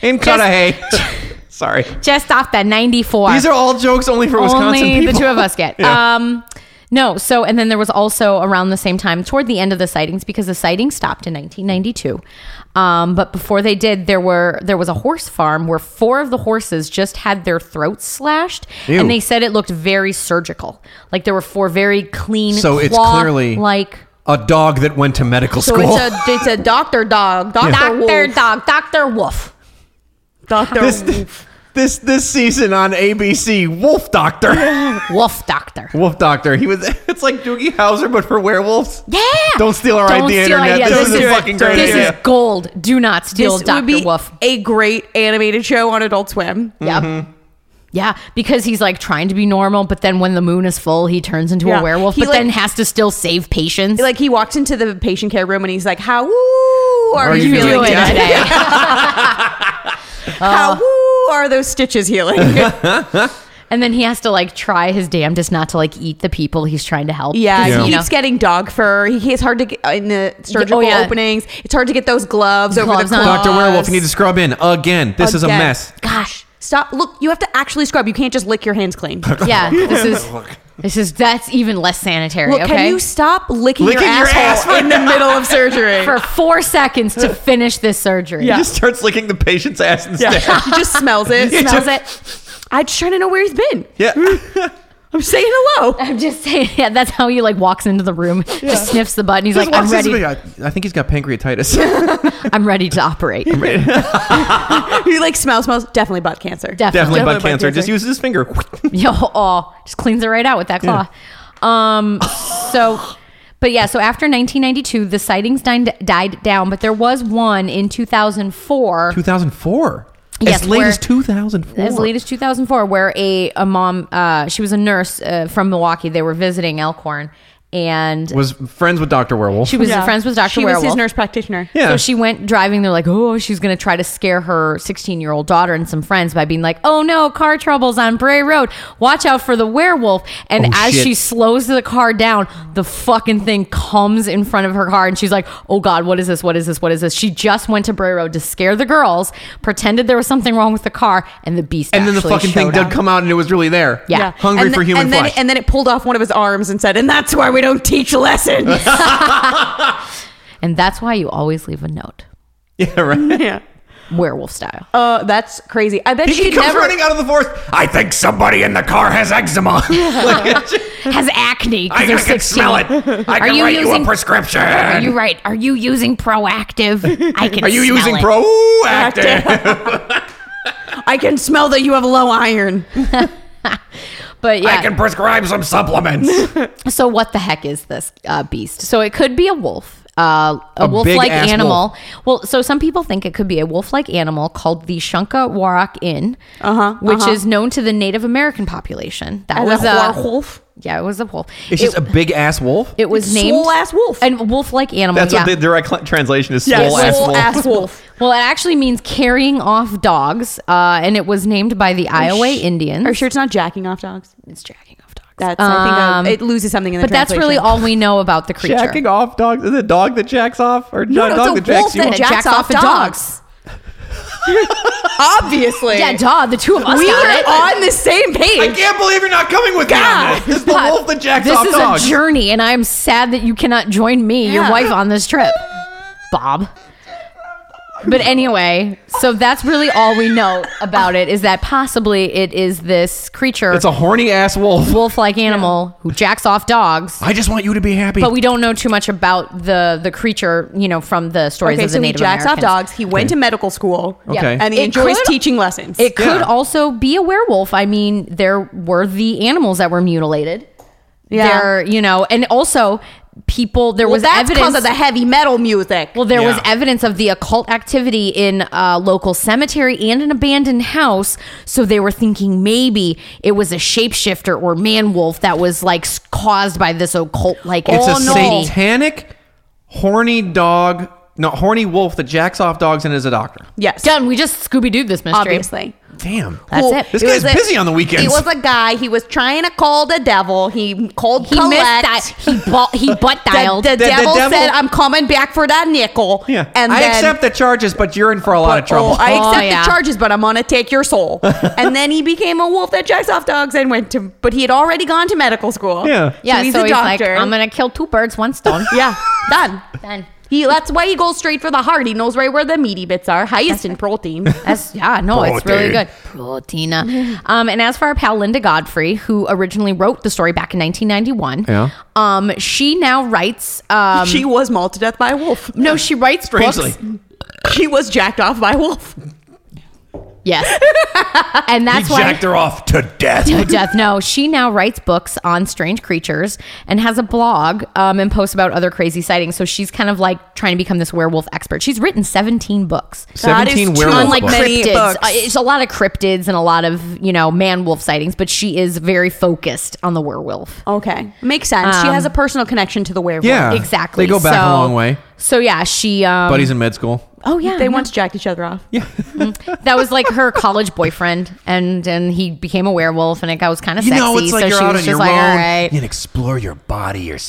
in Cudahy. Sorry.
Just off that ninety four.
These are all jokes only for Wisconsin
only
people.
the two of us get.
Yeah.
Um, no, so and then there was also around the same time, toward the end of the sightings, because the sightings stopped in 1992. Um, but before they did, there were there was a horse farm where four of the horses just had their throats slashed,
Ew.
and they said it looked very surgical. Like there were four very clean.
So it's
claw-
clearly-
like
a dog that went to medical
so
school.
it's a it's a doctor dog, doctor
Doctor
wolf,
Dog, Doctor Wolf.
doctor.
this, this this season on ABC, Wolf Doctor.
Wolf Doctor.
Wolf Doctor. He was. It's like Doogie Howser, but for werewolves.
Yeah.
Don't steal our idea,
steal
internet.
ideas.
This is a
Don't do it.
fucking great
This
idea.
is gold. Do not steal
this
Doctor
would be
Wolf.
a great animated show on Adult Swim.
Mm.
Yep.
Mm-hmm.
Yeah, because he's like trying to be normal, but then when the moon is full, he turns into
Yeah.
a werewolf,
He,
but
like-
then has to still save patients.
Like he walks into the patient care room and he's like, "How woo are,
Are
you
you
feeling
doing
today?
today.
How woo are those stitches healing?"
and then he has to like try his damnedest not to like eat the people he's trying to help.
yeah,
Yeah.
he
You know.
keeps getting dog fur. He, it's hard to get in the surgical
yeah.
openings. It's hard to get those gloves, over the
Gloves on.
claws.
Doctor Werewolf, you need to scrub in again. This is a
Again.
mess.
Gosh.
Stop! Look, you have to actually scrub. You can't just lick your hands clean.
Yeah. This is this is that's even less sanitary,
Look,
okay?
can you stop licking,
Licking
your
your
asshole
ass right
in the middle of surgery?
For four seconds to finish this surgery.
He just starts licking the patient's ass instead.
yeah. he just smells it.
Yeah.
Smells it.
I'm just trying to know where he's been.
Yeah.
I'm saying hello.
I'm just saying, yeah, that's how he like walks into the room, just sniffs the butt, and he's
Just
like, I'm
walks in,
ready,
I I think he's got pancreatitis.
I'm ready to operate.
he like smells, smells. Definitely butt cancer.
Definitely butt
butt
cancer.
cancer.
Just uses his finger.
Yo, oh, just cleans it right out with that claw. Um, so, but yeah, so after 1992, the sightings died, died down, but there was one in 2004.
2004.
Yes,
as late
where-
as 2004.
As late as 2004, where a, a mom, uh, she was a nurse uh, from Milwaukee. They were visiting Elkhorn, and
was friends with Doctor Werewolf.
she was friends with Doctor
She
Werewolf.
was his nurse practitioner.
Yeah.
So she went driving. They're like, oh, she's going to try to scare her 16 year old daughter and some friends by being like, oh no, car troubles on Bray Road. Watch out for the werewolf. And
Oh,
as
shit.
she slows the car down, the fucking thing comes in front of her car and she's like, oh God, what is this? What is this? What is this? She just went to Bray Road to scare the girls, pretended there was something wrong with the car, and the beast
and then the
actually
fucking thing
showed
did
up.
come out and it was really there.
Yeah. Yeah.
Hungry
And
for
th-
human
and
flesh.
Then, and then it pulled off one of his arms and said, "And that's why we don't teach lessons."
And that's why you always leave a note,
yeah, right.
yeah.
werewolf style.
Uh, that's crazy. I bet
He
she
comes
never.
running out of the forest. I think somebody in the car has eczema. Like,
Has acne. 'cause
Uh, I, I
they're
can
16.
smell it. I can
you
write you
using-
a prescription.
Are you right? Are you using proactive? I can.
Are you
smell
using
it.
proactive?
I can smell that you have low iron.
But yeah.
I can prescribe some supplements.
so what the heck is this uh, beast? So it could be a wolf. Uh, a,
A
wolf-like
big-ass
animal. Well, so some people think it could be a wolf-like animal called the Shunka Warak Inn,
Uh-huh,
which
uh-huh.
is known to the Native American population. That was a
wolf.
yeah, it was a wolf.
It's
it,
just a big ass wolf.
it was named
swole-ass wolf.
and a wolf-like animal.
That's
yeah.
what the direct cl- translation is.
Yeah,
Swole ass
swole
wolf.
ass wolf.
well, it actually means carrying off dogs, uh, and it was named by the Iowa Indians.
Are you sure it's not jacking off dogs?
it's jacking off dogs?
That's I think
Um,
uh, it loses something in the
But that's really
translation.
all we know about the creature.
Jacking off dog. Is it dog that jacks off or not
no,
dog
it's
that
a wolf
jacks you
that
off?
jacks off dogs. Obviously.
Yeah, duh. The two of us
We were
got it.
on the same
I
page.
can't believe you're not coming with me on this. This is the
God,
wolf that jacks
this
off
is
dogs.
a journey, and I am sad that you cannot join me, your
Yeah.
wife, on this trip, Bob. But anyway, so that's really all we know about it is that possibly it is this creature,
it's a horny ass wolf.
wolf-like animal who jacks off dogs,
I just want you to be happy.
but we don't know too much about the the creature, you know, from the stories
Okay,
of the
so he
Native
jacks off
Americans.
dogs. He went to medical school.
Okay.
And he
It
enjoys
could-
teaching lessons.
It could
Yeah.
also be a werewolf. I mean, there were the animals that were mutilated.
Yeah.
There, you know, and also people there
well,
was
that's
evidence
because of the heavy metal music.
Well, there was
Yeah.
evidence of the occult activity in a local cemetery and an abandoned house. So they were thinking maybe it was a shapeshifter or man wolf that was like s- caused by this occult like
it's a
activity.
satanic, horny dog, not horny wolf that jacks off dogs and is a doctor.
yes.
Done. We just Scooby Doo this mystery.
Obviously.
Damn.
That's it.
This
was
guy's
a-
busy on the weekends.
He was a guy. He was trying to call the devil. He called
He missed
Colette.
that. He bu- he butt
The,
dialed.
the
the
devil
devil-
said, "I'm coming back for that nickel."
Yeah.
and
I
then,
accept the charges, but you're in for a lot of
Oh,
trouble.
I
Oh,
accept
yeah.
the charges, but I'm gonna take your soul. and then he became a wolf that jacks off dogs and went to, but he had already gone to medical school.
Yeah.
yeah,
so he's
so
a
he's like,
doctor.
I'm gonna kill two birds, one stone.
yeah, done.
Done.
He that's why he goes straight for the heart. He knows right where the meaty bits are, highest in protein.
That's yeah, no, it's really
Protein.
good. Proteina. Um, and as for our pal Linda Godfrey, who originally wrote the story back in 1991,
Yeah.
um, she now writes. Um,
she was mauled to death by a wolf.
no, she writes
Strangely.
books.
She was jacked off by a wolf.
Yes, and that's
he
why
jacked her off to death.
to death. No, she now writes books on strange creatures and has a blog um, and posts about other crazy sightings. So she's kind of like trying to become this werewolf expert. She's written 17 books.
That is
17
too
werewolf
unlike
books.
many-
cryptids,
books.
uh, it's a lot of cryptids and a lot of you know man wolf sightings, but she is very focused on the werewolf.
Okay, makes sense. she
Um,
has a personal connection to the werewolf.
Yeah.
Exactly.
They go back a
So-
long way.
So yeah, she. Um,
Buddies in med school.
Oh yeah,
They
no.
once jacked each other off. Yeah.
that was like her college boyfriend, and and he became a werewolf, and it was kind of
You
sexy.
know, it's like
so
you're
she
out
was
on
Oh, just
your
like,
own.
all right,
You can explore your body, your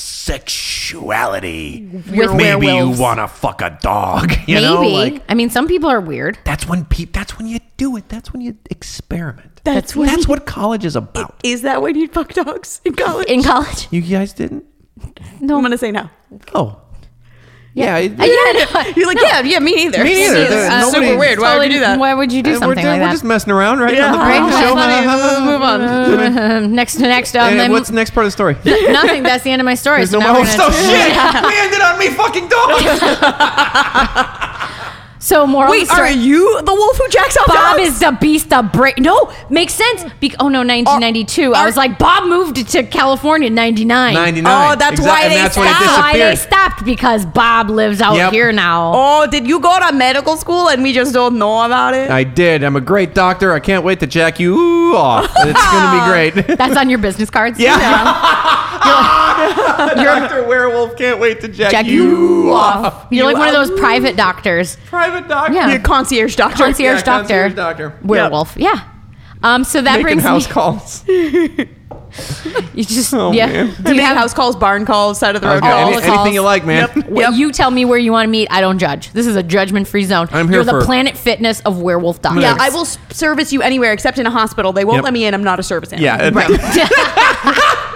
sexuality.
With
Maybe
werewolves.
you want to fuck a dog. You
maybe.
know, like
I mean, some people are weird.
that's when peop That's when you do it. That's when you experiment.
That's
what, that's what college is about.
Is that when you fuck dogs in college?
In college,
You guys didn't?
I'm gonna say no.
Oh. Yeah. it-
Uh, yeah, no,
You're like, yeah, yeah, me neither.
Me neither. There-
uh,
nobody-
super weird. Why would you do that?
Why would you do
we're
something
ju-
like
we're
that?
just messing around, right?
Yeah.
On the
Right,
prank
that's
show.
funny. Let's move on. next to next. Um,
And
then-
what's the next part of the story?
nothing. That's the end of my story.
There's
so
no
now
more.
we're gonna-
Oh, shit! We ended on me fucking dogs!
So moral of
Wait,
the
are
story-
you the wolf who jacks off
Bob
dogs?
is the beast of break. No, makes sense. Be- oh no, 1992. I
Are-
was like, Bob moved to California in 99.
99.
Oh, that's why
and
they
that's
stopped.
Why
when it
they
disappeared.
stopped because Bob lives out
Yep.
here now.
Oh, did you go to medical school and we just don't know about it?
I did. I'm a great doctor. I can't wait to jack you off. It's going to be great.
That's on your business cards.
yeah. Dr. Werewolf can't wait to jack,
Jack
you,
you
off.
off. You're like one of those private doctors,
Private doctor.
Yeah.
Your concierge doctor.
concierge
Yeah,
doctor,
concierge doctor.
werewolf. Yeah. Um. So that
Making
brings
house
me.
calls.
You just
Oh,
yeah.
man.
Do you
Man,
have
house calls, barn calls, side of the road
Okay,
All
any-
the
calls.
calls.
anything you like, man.
Well, You tell me where you want to meet. I don't judge. This is a judgment-free zone.
I'm here
You're the
for-
Planet Fitness of werewolf doctors.
Yeah, I will s- service you anywhere except in a hospital. They won't
Yep.
let me in. I'm not a service animal.
Yeah. Right.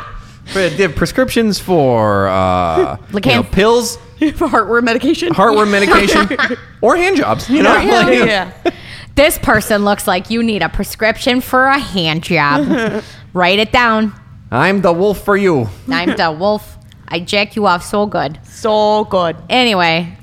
prescriptions for uh, you know,
Lacan.
pills,
For heartworm medication.
heartworm medication, or hand jobs. You know,
Yeah.
Like,
Yeah. yeah.
This person looks like you need a prescription for a hand job. Write it down.
I'm the wolf for you.
I'm the wolf. I jack you off so good.
So good.
Anyway,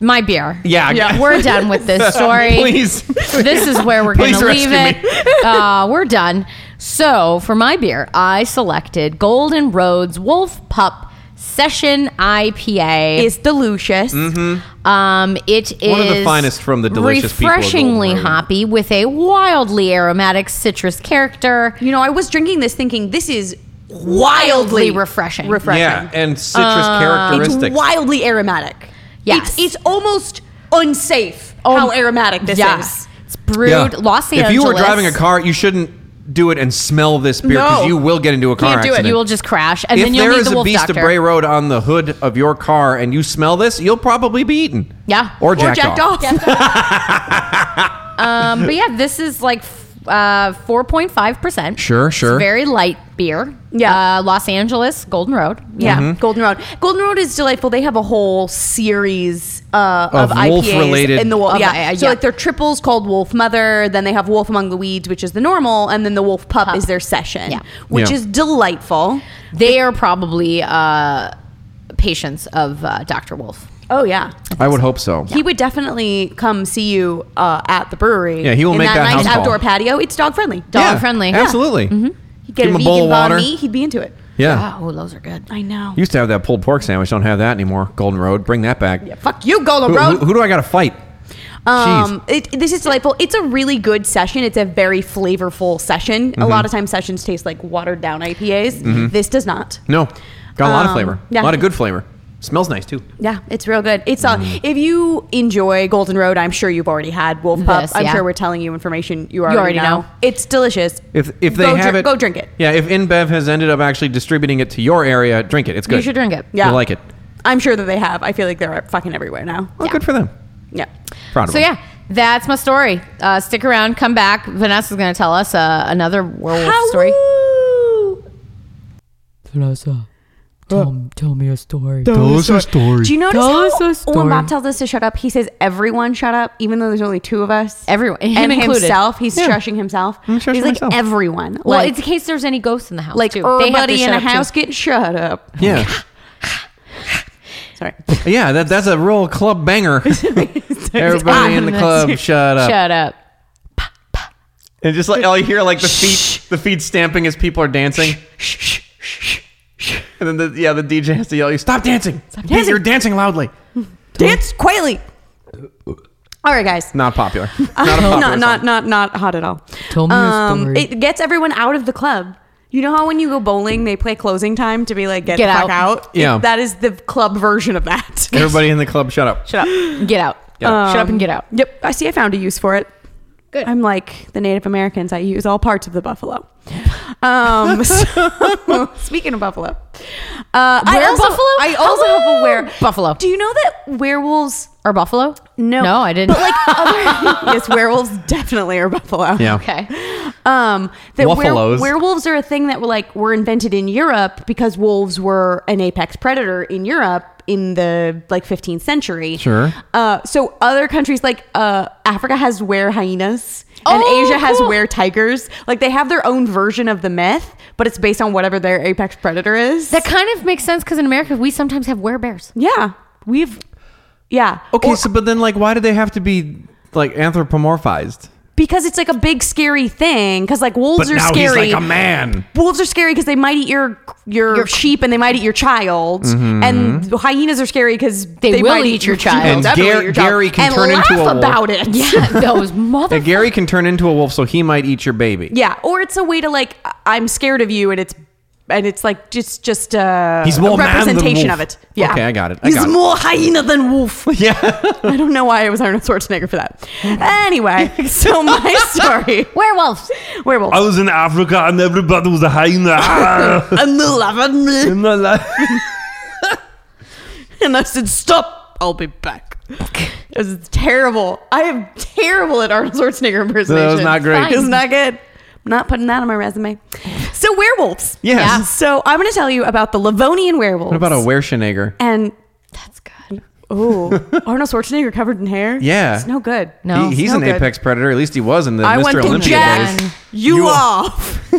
my beer.
Yeah.
Yeah.
We're done with this story.
Please.
This is where we're going
Please
to leave
rescue
it. Uh, we're done. So, for my beer, I selected Golden Roads Wolf Pup Session IPA.
It's delicious.
Um, it is
One of the finest from the delicious people of Golden
refreshingly
Road.
hoppy with a wildly aromatic citrus character.
You know, I was drinking this thinking this is wildly
refreshing.
Refreshing.
Yeah, and citrus
Um,
characteristics.
It's wildly aromatic.
Yes.
It's, it's almost unsafe how aromatic this
Um, yeah.
is.
It's brewed Los Angeles.
If you were driving a car, you shouldn't do it and smell this beer because
No.
you will get into a car
can't do it.
accident.
You will just crash, and
if
then you'll
there
need
is
the
a
wolf
beast
doctor.
of Bray Road on the hood of your car and you smell this, you'll probably be eaten.
Yeah.
Or jacked,
or jacked
off.
off.
Um, but yeah, this is like uh, four point five percent.
Sure, sure.
very light beer.
Yeah.
Uh, Los Angeles Golden Road.
Yeah,
Mm-hmm.
Golden Road. Golden Road is delightful. They have a whole series uh,
Of
of,
wolf
IPAs
related-
in the wolf.
Of,
Yeah.
uh,
so
yeah.
like their triples called Wolf Mother. Then they have Wolf Among the Weeds, which is the normal, and then the Wolf Pup, is their session,
Yeah.
which
Yeah.
is delightful.
Mm-hmm.
They are probably uh, patients of uh, Dr. Wolf.
Oh yeah,
I would hope so.
he would definitely come see you uh, at the brewery.
Yeah, he will
in
make that
nice
house call.
outdoor patio. It's dog friendly.
Dog friendly.
Absolutely.
He'd get
Give
a
him a bowl of
vegan banh
water.
mi. He'd be into it.
Yeah.
Oh, those are good.
I know.
Used to have that pulled pork sandwich. Don't have that anymore. Golden Road. Bring that back.
Fuck you, Golden
Who,
Road.
who- who do I got to fight?
Um, it, this is delightful. It's a really good session. It's a very flavorful session.
Mm-hmm.
A lot of times sessions taste like watered down IPAs. This does not.
No. Got a lot of
Um,
flavor.
yeah.
A lot of good flavor. Smells nice too.
Yeah, it's real good. It's uh,
Mm-hmm.
if you enjoy Golden Road, I'm sure you've already had Wolf Pup.
This,
I'm
yeah.
sure we're telling you information you already,
already
know.
know.
It's delicious.
If if they
Go
have
drink-
it,
go drink it.
Yeah, if InBev has ended up actually distributing it to your area, drink it. It's good.
You should drink it.
Yeah,
You'll like it.
I'm sure that they have. I feel like they're fucking everywhere now.
Oh, good for them.
Yeah.
Proud of
So
them.
yeah, that's my story. Uh, stick around, come back. Vanessa's going to tell us uh, another werewolf story.
Vanessa, tell, tell me a story.
Do you notice
Tell us
how
a story.
when Bob tells us to shut up, he says everyone shut up, even though there's only two of us.
Everyone- him
and
included.
himself. He's shushing himself.
shushing
he's like
myself.
everyone.
Well,
like,
it's in case there's any ghosts in the house.
like
too. They have to
everybody
shut
in a
up, too.
house get shut up.
Yeah.
Sorry.
Yeah, that, that's a real club banger. Everybody in the club, shut up.
Shut up.
And just like I'll hear like the feet, the feet stamping as people are dancing. And then the, yeah, the DJ has to yell, "You stop dancing! Stop dancing! You're dancing loudly."
Dance quietly. All right, guys.
Not popular. Not a popular
not, not
song.
not not hot at all. Um,
Tell me a story.
It gets everyone out of the club. You know how when you go bowling, they play closing time to be like get,
Get
the fuck
out.
out.
Yeah.
that is the club version of that.
Everybody in the club, shut up.
Shut up. Get out. Shut up and get out.
Um, Yep. I see. I found a use for it.
Good.
I'm like the Native Americans. I use all parts of the buffalo. Um, so- speaking of buffalo, uh, I
Were
also,
buffalo?
I also have
Hello,
a were
buffalo.
Do you know that werewolves?
Or buffalo?
No,
No, I didn't.
But like, other, yes, werewolves definitely are buffalo.
Yeah.
okay.
Um, that were-
Wuffaloes.
werewolves are a thing that were like were invented in Europe because wolves were an apex predator in Europe in the like 15th century.
Sure.
Uh, so other countries like uh, Africa has were hyenas and
Oh,
Asia has
cool.
were tigers. Like they have their own version of the myth, but it's based on whatever their apex predator is.
That kind of makes sense because in America we sometimes have werebears.
yeah, we've yeah.
Okay,
Or-
so but then like, why do they have to be like anthropomorphized?
because it's like a big scary thing. Because like wolves
But
are
now
scary.
he's like a man.
wolves are scary because they might eat your your, sheep and they might eat your child,
Mm-hmm.
and hyenas are scary because they,
will
might
eat your child.
They'll
And
Oh, definitely
Gar-
eat your child.
Gary can
and
turn
laugh
into a wolf.
about it.
Yeah, those
And
motherfuckers.
Gary can turn into a wolf, so he might eat your baby.
yeah, or it's a way to like I- I'm scared of you, and it's and it's like just just uh,
He's
a
more man than
representation
wolf.
of it. Yeah,
Okay, I got it. I
He's
got it.
more hyena than wolf.
Yeah.
I don't know why I was Arnold Schwarzenegger for that. Anyway, so my story.
Werewolves.
Werewolf.
I was in Africa and everybody was a hyena.
Uh,
Ah.
And the lavender.
And I like-
And I said, Stop, I'll be back. It was terrible. I am terrible at Arnold Schwarzenegger impersonation.
That was not great.
Fine.
It's not good. I'm not putting that on my resume. So, werewolves. Uh,
Yes.
Yeah.
So, I'm going to tell you about the Livonian werewolves.
What about a Werschenegger?
And,
That's good.
oh, Arnold Schwarzenegger covered in hair?
Yeah.
It's no good.
No.
He- he's
no
an
good.
apex predator. At least he was in the
I want
Mr.
to
Olympia
jack
days.
you, off.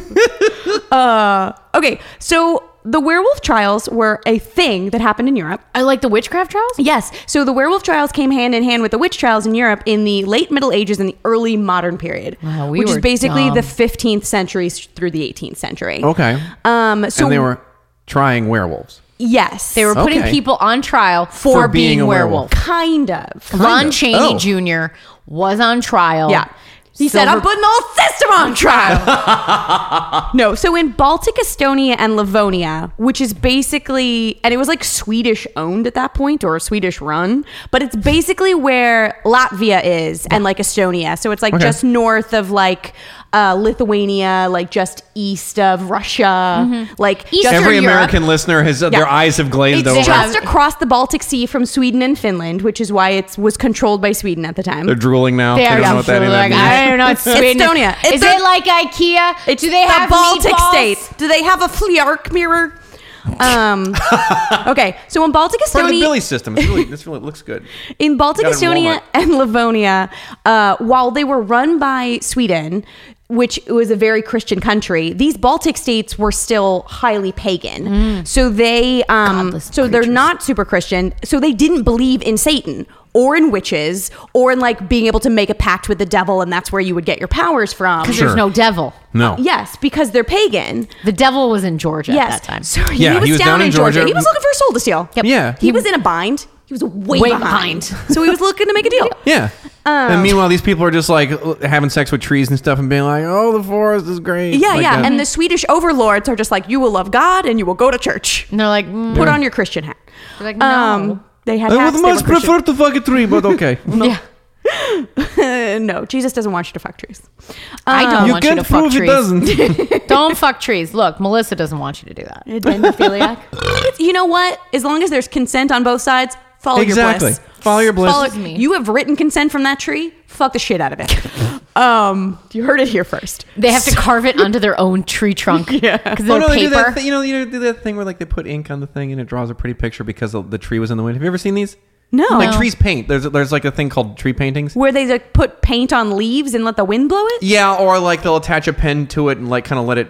uh, okay. So, the werewolf trials were a thing that happened in Europe.
I like the witchcraft trials.
Yes. So the werewolf trials came hand in hand with the witch trials in Europe in the late Middle Ages and the early modern period,
Wow, we
which is
were
basically
dumb.
the 15th century s- through the 18th century.
Okay.
Um. So
and they were trying werewolves.
yes,
They were putting
Okay.
people on trial for,
For being
being,
a
werewolf.
werewolf.
kind of.
Lon Chaney
Oh.
Jr. was on trial
Yeah. He said,
Oh, Silver-
I'm putting the whole system on trial. no, so in Baltic Estonia and Livonia, which is basically, and it was like Swedish owned at that point or Swedish run, but it's basically where Latvia is and like Estonia. So it's like just north of like uh, Lithuania, like just east of Russia, like just
Every
Mm-hmm. Europe.
American listener has their eyes have glazed
it's
over.
just across the Baltic Sea from Sweden and Finland, which is why it was controlled by Sweden at the time.
They're drooling now. They,
They are
don't know what that,
absolutely
that
like,
means.
I don't know. It's
It's
Sweden.
Estonia.
is
It's
it
a-
like IKEA?
It's
Uh, Do they
the
have
Baltic
meatballs?
states? Do they have a Fleark mirror? Um, okay, so in Baltic
Part of the Billy
Estonia,
system. It's really, this really looks good.
in Baltic
Got it in Walmart.
Estonia and Livonia, uh, while they were run by Sweden, which was a very Christian country, these Baltic states were still highly pagan. So they, um,
Mm. Godless
so they're not super Christian. So they didn't believe in Satan or in witches or in like being able to make a pact with the devil, and that's where you would get your powers from.
Because
Sure.
there's no devil.
No.
Yes, because they're pagan.
The devil was in Georgia
yes.
at that time.
So he,
Yeah,
was down, in Georgia. He was looking for a soul to steal.
Yep.
Yeah.
He was in a bind. He was way,
Way
behind.
behind.
so he was looking to make a deal.
Yeah. and meanwhile, these people are just like l- having sex with trees and stuff and being like, oh, the forest is great.
Yeah,
Like
yeah.
that.
And the Swedish overlords are just like, you will love God and you will go to church.
And they're like, mm,
Put on your Christian hat. Um,
They're like, no.
they had
I
hats.
would
they
much
were Christian.
prefer to fuck a tree, but okay.
yeah.
Uh, no, Jesus doesn't want you to fuck trees.
I don't
you
want you
can't
to fuck
prove it
trees.
doesn't.
Don't fuck trees. Look, Melissa doesn't want you to do that.
It's- you know what? As long as there's consent on both sides, follow
Exactly.
your bliss.
Follow your bliss.
Follow-
Excuse me.
You have written consent from that tree. Fuck the shit out of it. um, you heard it here first.
They have to carve it onto their own tree trunk. yeah. Because
Oh
they're
no, they do
paper.
that. Th- you know, you know, do that thing where like they put ink on the thing and it draws a pretty picture because the, the tree was in the wind. Have you ever seen these?
No.
Like
No.
trees paint. There's there's like a thing called tree paintings.
where they like put paint on leaves and let the wind blow it.
Yeah, or like they'll attach a pen to it and like kind of let it,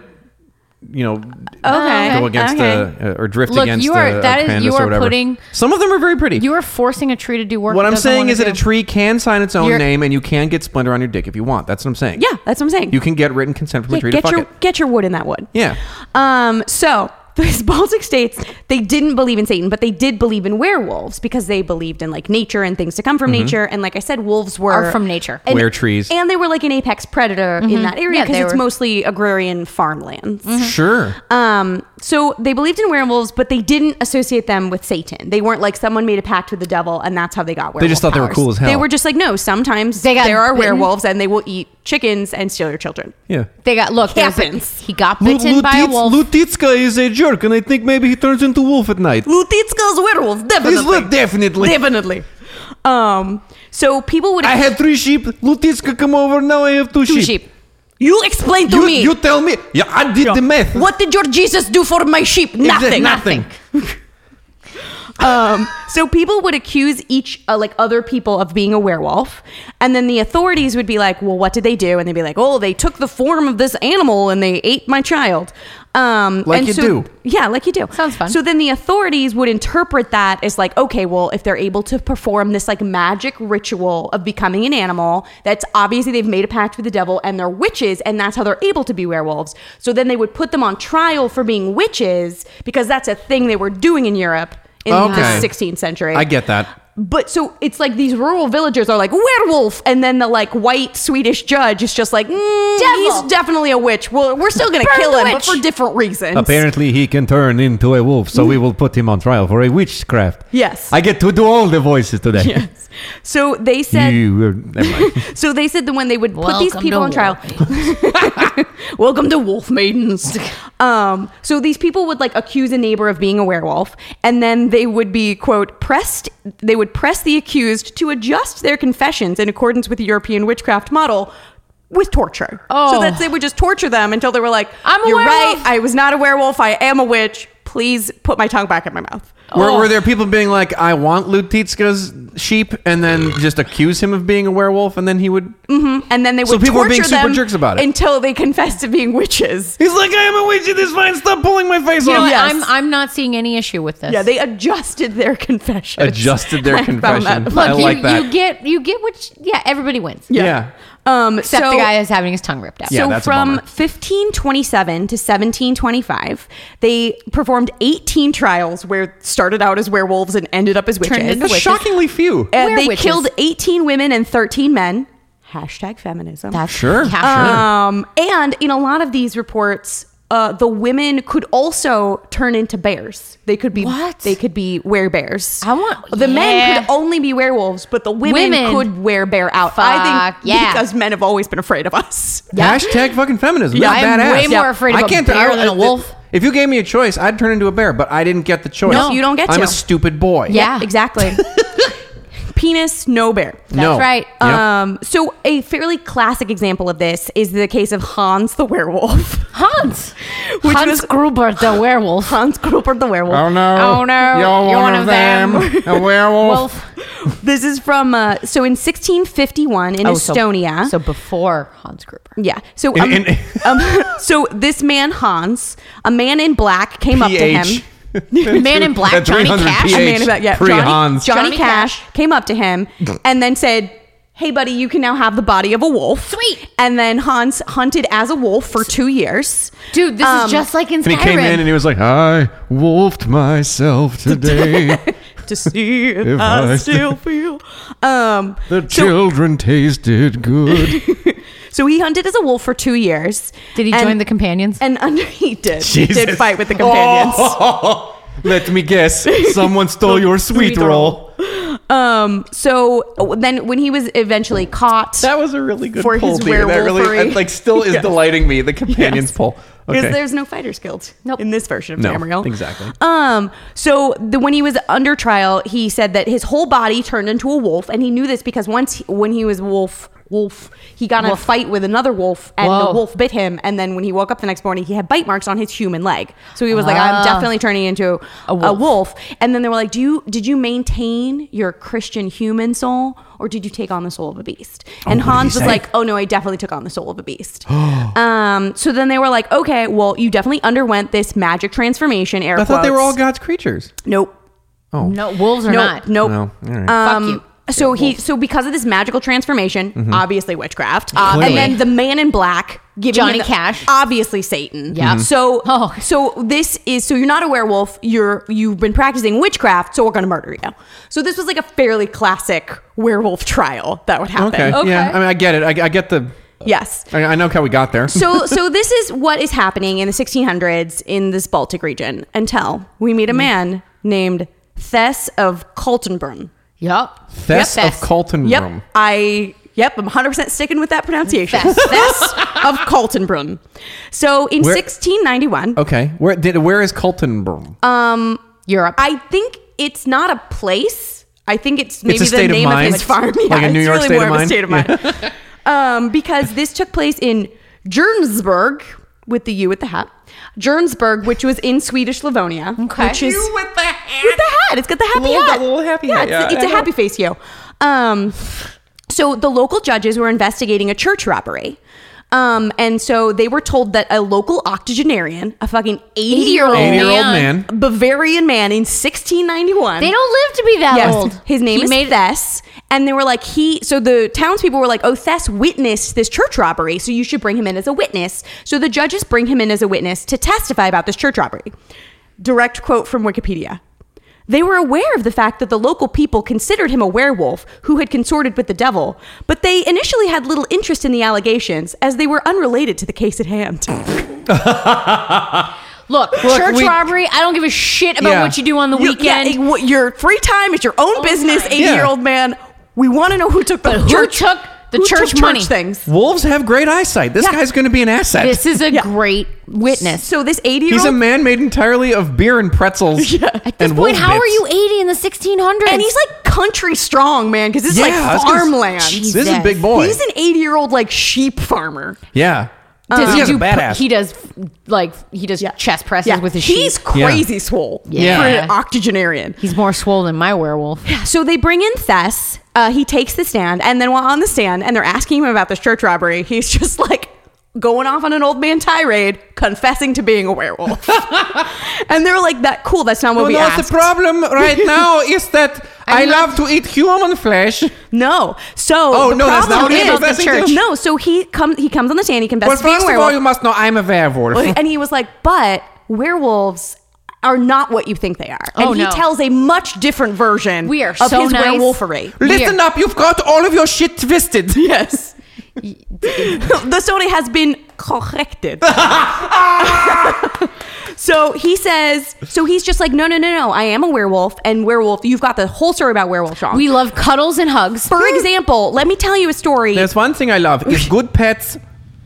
you know,
Okay.
go against the uh, or drift
Look,
against
you are-
a, a
that is-
canvas
you
or
are
whatever.
putting-
Some of them are very pretty.
you are forcing a tree to do work.
what
it
I'm
doesn't
saying
wanna
is that
do.
a tree can sign its own
You're-
name and you can get splinter on your dick if you want. That's what I'm saying.
Yeah, that's what I'm saying.
You can get written consent from a
Yeah,
tree to
get
fuck
your
it.
get your wood in that wood.
Yeah.
Um. So these Baltic states, they didn't believe in Satan, but they did believe in werewolves because they believed in like nature and things to come from nature. And like I said, wolves were
Are from nature. Mm-hmm.
and-
Were Mm-hmm. trees.
and they were like an apex predator in that area
Yeah,
because
they
it's
were-
mostly agrarian farmlands.
Mm-hmm. Sure.
Um, so they believed in werewolves, but they didn't associate them with Satan. They weren't like someone made a pact with the devil and that's how they got werewolves.
just thought they were cool as hell.
They were just like, no, sometimes
They got
there are
bitten.
werewolves and they will eat chickens and steal your children.
Yeah.
They got, look, there's a-
Happens.
he got bitten by a wolf.
Lutitska is a jerk, and I think maybe he turns into wolf at night.
Lutitska's werewolves, definitely.
definitely.
Definitely. Um, so people would.
had three sheep. Lutitska come over. Now I have two,
Two sheep.
you explain to me.
tell me. Yeah, I did the math.
what did your Jesus do for my sheep? Nothing. Um, so people would accuse each uh, like other people of being a werewolf, and then the authorities would be like, "Well, what did they do?" And they'd be like, "Oh, they took the form of this animal and they ate my child." Um,
Like
and
you
so-
do.
yeah, like you do.
Sounds fun.
So then the authorities would interpret that as like, okay, well, if they're able to perform this like magic ritual of becoming an animal, that's obviously they've made a pact with the devil and they're witches, and that's how they're able to be werewolves. So then they would put them on trial for being witches because that's a thing they were doing in Europe in
Okay.
the 16th century.
I get that.
But so it's like these rural villagers are like werewolf, and then the like white Swedish judge is just like, mm,
Devil.
he's definitely a witch. Well, we're still gonna
Burn
kill
the
him, but
witch.
for different reasons.
Apparently, he can turn into a wolf, so we will put him on trial for a witchcraft.
Yes.
I get to do all the voices today.
Yes. So they said.
You were-
uh,
never mind.
So they said that when they would put these
Welcome
people
to
on trial, welcome to Wolf Maidens. Um, so these people would like accuse a neighbor of being a werewolf, and then they would be quote pressed. They would press the accused to adjust their confessions in accordance with the European witchcraft model. With torture,
Oh.
so that they would just torture them until they were like,
I'm a
"You're right.
werewolf."
I was not a werewolf. I am a witch. Please put my tongue back in my mouth."
Were,
Oh.
were there people being like, I want Lutitska's sheep, and then just accuse him of being a werewolf, and then he would.
And then they would
So people were
torture
being super
them
jerks about it.
until they confessed to being witches.
He's like, I am a witch, it is fine, stop pulling my face
You know
off.
what?
Yes.
I'm, I'm not seeing any issue with this.
Yeah, they adjusted their confession.
Adjusted their confession.
Look,
I
you,
like that.
you get you get which yeah, everybody wins.
yeah.
Um,
Except
so,
the guy is having his tongue ripped out.
Yeah,
so
that's a
from
bummer.
1527 to 1725, they performed 18 trials where started out as werewolves and ended up as witches.
Turned into
That's
witches.
shockingly few.
Uh, they
Werewitches.
killed 18 women and 13 men. Hashtag feminism.
That's
Sure,
yeah,
Um, and in a lot of these reports, uh, the women could also turn into bears. They could be
What?
They could be wear bears.
I want-
the men
yeah.
could only be werewolves, but the women,
Women.
could wear bear out. I
Fuck,
think
yeah.
because men have always been afraid of us.
Hashtag fucking feminism.
Yeah,
That's
I'm
badass.
way more afraid of a bear than a wolf.
If you gave me a choice, I'd turn into a bear, but I didn't get the choice.
No, you don't get
I'm
to.
a stupid boy.
Yeah.
exactly. Penis, no bear.
no.
right.
Yep.
Um, so a fairly classic example of this is the case of Hans the werewolf.
Hans.
Which
Hans
was-
Gruber, the werewolf.
Hans Gruber the werewolf.
Oh no!
Oh, no.
You're, one, of them.
Um,
a werewolf.
Wolf.
This is from uh, so in 1651 in
Oh, so-
Estonia.
So, before Hans Gruber.
yeah. So um,
In- in-
um, so this man Hans, a man in black, came up to him.
PH.
Man in Black,
At
Johnny
300
Cash.
A
PH.
man in black, yeah.
Pre
Johnny,
Hans.
Johnny,
Johnny
Cash, came up to him and then said, "Hey, buddy, you can now have the body of a wolf."
Sweet.
And then Hans hunted as a wolf for two years.
Dude, this
Um,
is just like in
And he
Skyrim.
came in and he was like, "I wolfed myself today.
to see if,
If
I,
I-
still feel. Um,
the children tasted good."
so he hunted as a wolf for two years.
Did he
And-
join the companions?
And under he did.
Jesus.
Did fight with the companions.
Oh.
Let me guess. Someone stole your sweet roll.
Um. So then, when he was eventually caught,
That was a really good
For
poll,
his
Peter. That really
werewolfery.
that, like still is
Yes.
delighting me. The companions
Yes.
poll.
because
Okay.
there's no fighters guild
Nope.
in this version of
No,
Tamriel.
exactly.
Um. So the, when he was under trial, he said that his whole body turned into a wolf, and he knew this because once he, when he was wolf. Wolf. He got in a fight with another wolf, and the
Whoa.
wolf bit him. And then when he woke up the next morning, he had bite marks on his human leg. So he was like, "I'm definitely turning into a wolf.
Ah. wolf.
And then they were like, "Do you did you maintain your Christian human soul, or did you take on the soul of a beast?" And Hans was like, "Oh no, I definitely took on the soul of a beast." um, so then they were like, "Okay, well, you definitely underwent this magic transformation." Air
I thought they were all
quotes.
God's creatures. Oh,
Nope.
no, wolves are not.
Nope. Nope. Um,
No. All right.
Fuck you.
So he so because of this magical transformation,
Mm-hmm.
obviously witchcraft, uh,
Clearly.
and then the man in black giving him
Johnny
the-
Cash.
obviously Satan.
Yeah. Mhm.
Mm-hmm.
So
Oh.
so this is so you're not a werewolf. You're you've been practicing witchcraft, so we're gonna murder you. So this was like a fairly classic werewolf trial that would happen.
okay.
Okay.
Yeah. I mean, I get it. I, I get the.
Yes.
I, I know how we got there.
So so this is what is happening in the 1600s in this Baltic region until we meet a man named Thess of Kaltenbrunn.
Yup.
Thess
Yep,
of Colton
Yep.
Room.
I yep, I'm 100% sticking with that pronunciation.
Fess.
Fess of Kaltenbrunn. So in
Where-
1691,
Okay. Where did where is Colton Room?
Europe.
I think it's not a place. I think it's maybe
a state
the
of
name of,
mind.
his farm.
Like a New
it's
York
really
state
more
of
of a
mind.
state of mind. um, because this took place in Jernsburg with the U with the hat. Jernsburg, which was in Swedish Livonia,
Okay.
which is
U
with the hat. With the hat, it's got the happy
Little-
hat.
the little happy
yeah,
hat,
It's,
yeah,
it's a
I know.
happy face you. Um, so the local judges were investigating a church robbery. Um, and so they were told that a local octogenarian, a fucking 80 year old
80 year old
man.
man.
Bavarian man in 1691.
they don't live to be that
Yes.
old.
His name
He
is Thess. And they were like, he, so the townspeople were like, oh, Thess witnessed this church robbery, so you should bring him in as a witness. So the judges bring him in as a witness to testify about this church robbery. Direct quote from Wikipedia. They were aware of the fact that the local people considered him a werewolf who had consorted with the devil, but they initially had little interest in the allegations as they were unrelated to the case at hand.
Look, church
we-
robbery. I don't give a shit about
Yeah.
what you do on the
You-
weekend.
yeah, what- your free time is your own business. Eighty year old man. We want to know who took the
But who
church.
took the
who
church money?
things?
Wolves have great eyesight. This
Yeah.
guy's going to be an asset.
this is a
Yeah.
great witness.
So this eighty year
He's a
old
man made entirely of beer and pretzels.
Yeah.
At
At this point, how are you 80 in the 1600s?
and he's like country strong man because it's
I
like
was gonna-
farmland.
This is a big boy.
He's an eighty year old like sheep farmer.
yeah.
does
this
he
guy's a
do?
badass.
He does like he does chest presses
Yeah,
with his
he's
sheep.
crazy swole
Yeah.
for an octogenarian.
He's more swole than my werewolf.
So they bring in Thess. Uh, he takes the stand, and then while on the stand, and they're asking him about this church robbery, he's just like going off on an old man tirade, confessing to being a werewolf. and they're like, "That cool? That's not what
Well,
we
Oh, no,
asked."
the problem right now is that I love to eat human flesh.
no. So
Oh,
the
no, that's not
problem
what he's
is-
confessing to.
No. So he comes. He comes on the stand. He
Well,
confesses to being
first
a
of all, you
werewolf,
must know I'm a werewolf.
and he was like, "But werewolves." Are not what you think they are, and
Oh,
he
no.
tells a much different version
We are
of
so
his
nice.
werewolfery.
Listen up, you've got all of your shit twisted.
Yes, the story has been corrected. so he says, so he's just like, no, no, no, no. I am a werewolf, and werewolf. You've got the whole story about werewolf, Sean.
We love cuddles and hugs.
for example, let me tell you a story.
There's one thing I love is good pets.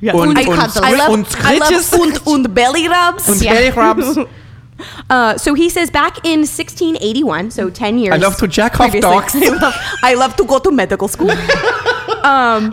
Und,
I
und,
cuddle.
scri-
I love-
und
I love
scritches
und, und belly rubs.
und
Yeah.
belly rubs.
Uh, so he says back in 1681, so 10 years.
I love to jack off
previously-
dogs.
I love, I love to go to medical school. um,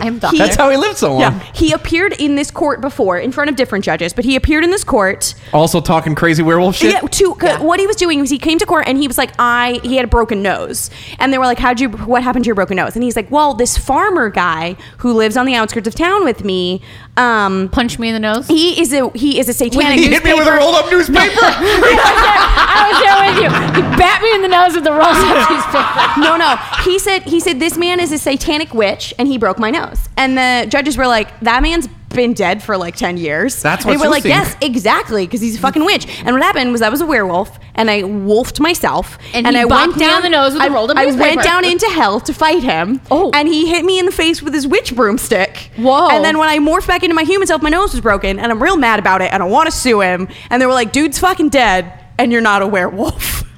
I'm
he-
doctor.
That's how he lived so long.
yeah, he appeared in this court before in front of different judges, but he appeared in this court.
Also talking crazy werewolf shit.
Yeah, to what he was doing was he came to court and he was like, I he had a broken nose, and they were like, How'd you? What happened to your broken nose? And he's like, Well, this farmer guy who lives on the outskirts of town with me, um,
Punch me in the nose.
he is a he is a satanic.
He hit me with a
newspaper-
up newspaper.
I was there with you. He bat me in the nose with the rolls up newspaper.
no, no. He said he said this man is a satanic witch, and he broke my nose. And the judges were like, that man's been dead for like ten years.
That's
and
what
they
you
were like.
think.
Yes, exactly, because he's a fucking witch. And what happened was I was a werewolf, and I wolfed myself,
And he
I
bonked me on the nose with a
I,
rolled up
I
newspaper.
went down into hell to fight him.
Oh.
and he hit me in the face with his witch broomstick.
Whoa.
And then when I morphed back into my human self, my nose was broken, and I'm real mad about it, and I want to sue him. And they were like, "Dude's fucking dead, and you're not a werewolf."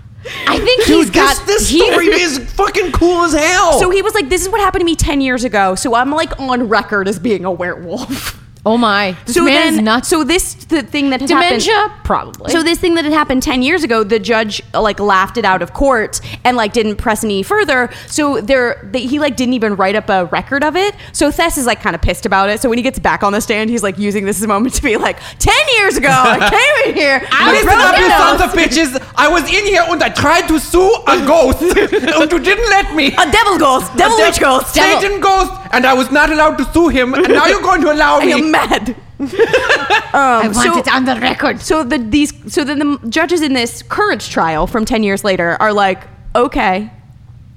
I think
Dude,
he's got.
this, this
he-
story is fucking cool as hell.
So he was like, "This is what happened to me ten years ago." So I'm like on record as being a werewolf.
oh my. This
so
man
then,
is nuts.
so this the thing that had
Dementia?
happened,
Probably.
So this thing that had happened ten years ago, the judge like laughed it out of court and like didn't press any further. So there, they, he like didn't even write up a record of it. So Thess is like kind of pissed about it. So when he gets back on the stand, he's like using this as a moment to be like, ten years ago, I came in here, I
Listen up, you sons of bitches! I was in here and I tried to sue a ghost, and you didn't let me.
a devil ghost, devil witch ghost,
Satan
devil-
ghost, and I was not allowed to sue him, and now you're going to allow
I am
me.
mad.
I want
Um, so-
it on the record.
So the these so then the judges in this current trial from 10 years later are like, "Okay,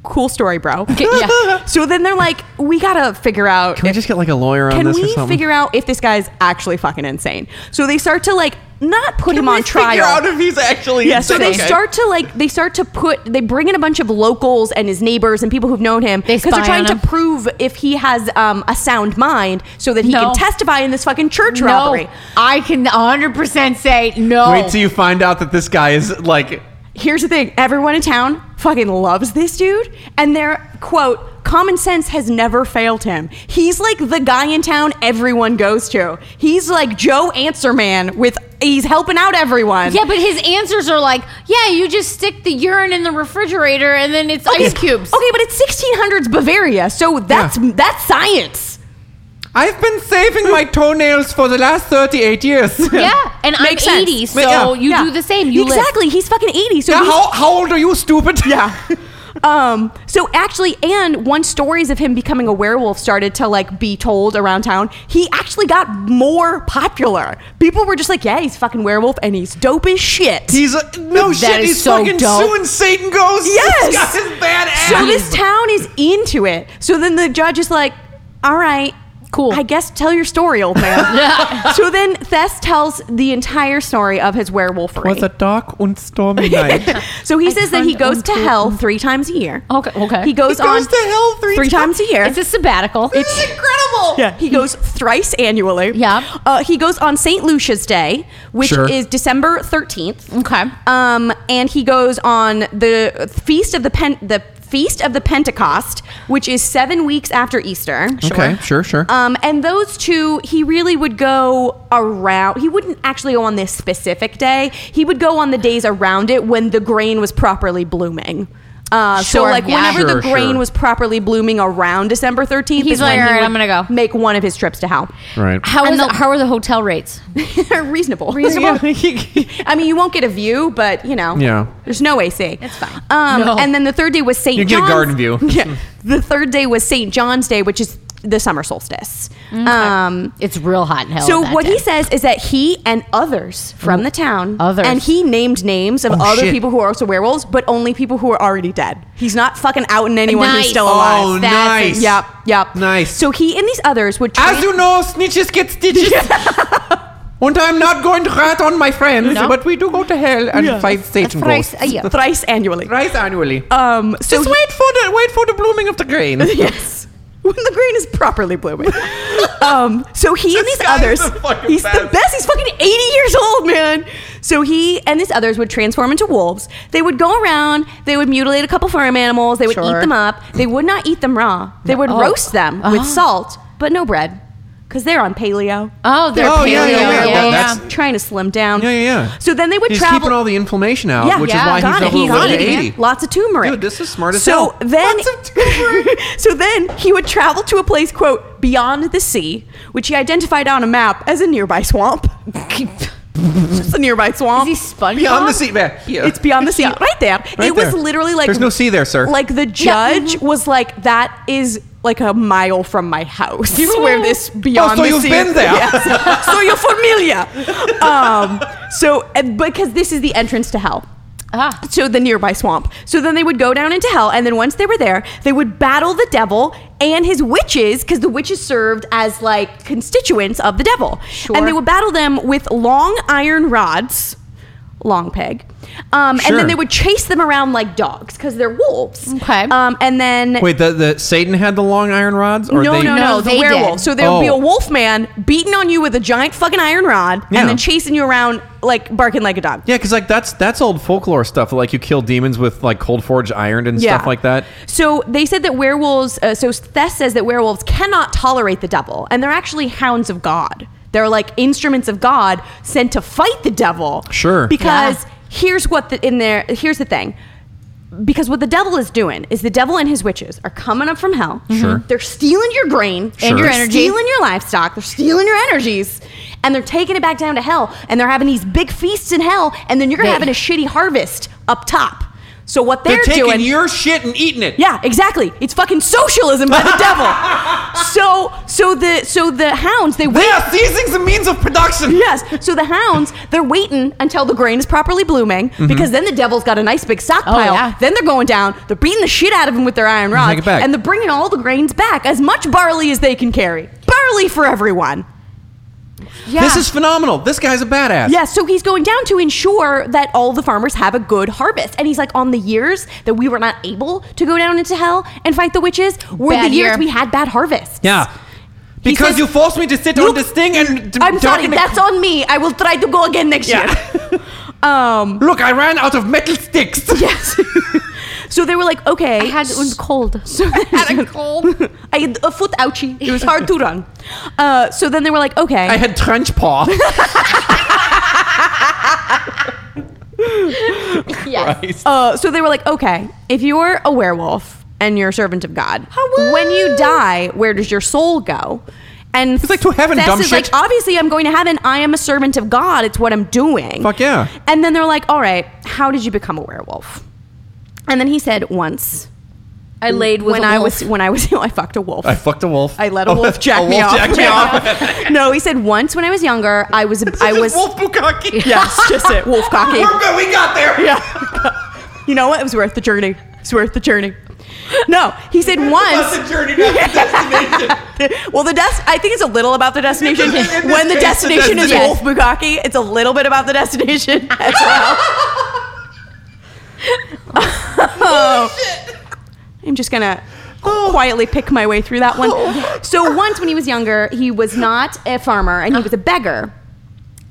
cool story, bro."
yeah.
so then they're like, "We got to figure out
Can we just get like a lawyer on
can
this or
we
something?
figure out if this guy's actually fucking insane?" So they start to like not put him
Can we
on trial.
Figure out if he's actually
Yeah, so they
insane?
start to like they start to put they bring in a bunch of locals and his neighbors and people who've known him
They
because they are
spy
trying
on
to
him.
prove if he has um, a sound mind so that he
No.
can testify in this fucking church robbery.
No, I can 100% say no.
Wait till you find out that this guy is like.
here's the thing everyone in town fucking loves this dude and their quote common sense has never failed him he's like the guy in town everyone goes to he's like joe answerman with he's helping out everyone
Yeah, but his answers are like, yeah, you just stick the urine in the refrigerator and then it's ice cubes.
okay but it's 1600s bavaria so that's that's science
I've been saving my toenails for the last 38 years.
Yeah, and
Makes
I'm
sense.
80, so
yeah.
you
Yeah.
do the same. You live.
exactly he's fucking 80 so
Now,
he's-
how, how old are you, stupid?
Yeah. Um, so actually, and once stories of him becoming a werewolf started to like be told around town, he actually got more popular. People were just like, "Yeah, he's fucking werewolf, and he's dope as shit."
He's a, no shit.
is
He's
so
fucking
dope.
suing Satan ghosts.
Yes.
this guy is badass.
so this town is into it. So then the judge is like, "All right,
Cool.
I guess tell your story, old man." so then Thess tells the entire story of his werewolfery.
was a dark and stormy night.
So he says that he
turned
goes to
uncool.
hell three times a year.
Okay, okay.
He
He
goes,
goes
on
to hell three
times a year.
It's a sabbatical.
It's incredible. Yeah, he goes thrice annually.
Yeah.
uh, he goes on Saint Lucia's Day, which
Sure.
is December thirteenth.
Okay.
Um, and he goes on the feast of the Pen- the feast of the Pentecost, which is seven weeks after Easter.
Okay, sure, sure.
Um, and those two, he really would go around. He wouldn't actually go on this specific day. He would go on the days around it when the grain was properly blooming. Uh, so
Sure,
like
yeah.
whenever
Sure,
the grain
sure.
was properly blooming around December 13th,
He's
is when
like,
he
"All right,
would
I'm gonna go."
make one of his trips to hell.
Right.
how,
and
is
the-
how are the hotel rates?
reasonable. I mean, you won't get a view, but you know,
Yeah.
there's no AC. It's
fine.
Um,
No.
And then the third day was St.
You get a
John's.
garden view.
Yeah. The third day was St. John's Day, which is the summer solstice.
Mm,
Um,
It's real hot in hell.
so
Oh, that
what
day.
he says is that he and others from the town,
Others.
and he named names of other
shit.
people who are also werewolves, but only people who are already dead. He's not fucking outing anyone
Nice.
who's still
Oh,
alive.
Oh,
That's
nice.
it.
Yep, yep.
Nice.
So he and these others would.
As you know, snitches get stitches. and I'm not going to rat on my friends,
No.
but we do go to hell and fight Satan
Thrice
ghosts.
uh,
a year.
thrice annually.
Thrice annually.
Um, so
Just
he-
wait for the wait for the blooming of the grain.
Yes. When the grain is properly blooming. um, so he and
This
these
guy's
others,
the fucking
he's the
best.
best. He's fucking 80 years old, man. So he and these others would transform into wolves. They would go around. They would mutilate a couple farm animals. They would
Sure.
eat them up. They would not eat them raw. They would
Oh.
roast them
Ah.
Uh-huh.
with salt, but no bread, because they're on paleo.
Oh, they're
Oh,
paleo.
yeah,
Yeah,
yeah, yeah,
yeah,
that's-
Trying to slim down.
Yeah, yeah, yeah.
So then they would
he's
travel.
keeping all the inflammation out, Um, which
yeah,
is why
got
he's
it.
up a
He
little
got
bit
it, man.
80.
Lots of turmeric.
Dude, this is smart as
so
hell.
Then, so then he would travel to a place, quote, beyond the sea, which he identified on a map as a nearby swamp. Just a nearby swamp.
Is he SpongeBob?
Beyond the seat man. Here.
It's beyond the sea, right there. it was
there.
literally like
There's no sea there, sir.
Like the judge was like, that is like a mile from my house. where this beyond
Oh, so
the
you've
sea.
been there.
Yes. so you're familiar. Um, so and- because this is the entrance to hell.
Ah.
So the nearby swamp. So then they would go down into hell, and then once they were there, they would battle the devil and his witches, because the witches served as like constituents of the devil.
Sure.
And they would battle them with long iron rods, long peg, um, and
Sure.
then they would chase them around like dogs because they're wolves.
Okay.
Um, and then
Wait, the, the Satan had the long iron rods, or
no,
they?
no, no,
No,
the
they
werewolf.
did.
So there would be
Oh.
a wolf man beating on you with a giant fucking iron rod,
Yeah.
and then chasing you around like barking like a dog.
Yeah, because like that's that's old folklore stuff. Like you kill demons with like cold forged iron and stuff like that.
So they said that werewolves. Uh, so Thess says that werewolves cannot tolerate the devil, and they're actually hounds of God. They're like instruments of God sent to fight the devil.
Sure.
Because
Yeah.
here's what the in there. Here's the thing. Because what the devil is doing is the devil and his witches are coming up from hell.
Mm-hmm. Sure.
They're stealing your grain
Sure. your energy.
Stealing your livestock. They're stealing your energies. And they're taking it back down to hell. And they're having these big feasts in hell. And then you're
They-
having a shitty harvest up top. So what they're,
They're, taking
doing
your shit and eating it.
yeah, exactly. It's fucking socialism by the devil. So so the so the hounds they wait.
They are seizing the means of production.
Yes. So the hounds they're waiting until the grain is properly blooming because then the devil's got a nice big stockpile.
Oh, yeah.
Then they're going down. They're beating the shit out of him with their iron rods
Take it back.
and they're bringing all the grains back as much barley as they can carry. Barley for everyone.
Yeah.
This is phenomenal. This guy's a badass.
Yeah, so he's going down to ensure that all the farmers have a good harvest. And he's like, on the years that we were not able to go down into hell and fight the witches were
Bad
the years
year.
we had bad harvests.
Yeah.
He
Because
says-
you forced me to sit on
Look,
this thing and d-
I'm sorry,
talking to-
that's on me. I will try to go again next year. um,
Look, I ran out of metal sticks.
yes. so they were like, okay.
I had it was cold.
had a cold. I had a foot ouchie. It was hard to run. Uh, so then they were like, okay.
I had trench paw.
yeah.
Uh, so they were like, okay, if you're a werewolf and you're a servant of God, when you die, where does your soul go? And it's
like to heaven, dumb
is like,
shit.
obviously, I'm going to heaven. I am a servant of God. It's what I'm doing.
Fuck yeah.
And then they're like, all right, how did you become a werewolf? And then he said, once
I laid with
when
a
I
wolf.
was when I was I fucked a wolf.
I fucked a wolf.
I let a wolf jack
a
me
wolf
off.
jacked me
no, he said once when I was younger, I was I was
wolf bukkake.
yes, just it, wolf cocky.
we got there.
Yeah. You know what? It was worth the journey. It's worth the journey. No, he said once.
journey, not the destination.
Well, the des- I think it's a little about the destination.
In this
when the
case, the
destination is
destination.
Wolf Bukaki, it's a little bit about the destination as well. I'm just gonna quietly pick my way through that one.
Oh.
So once when he was younger, he was not a farmer and he was a beggar.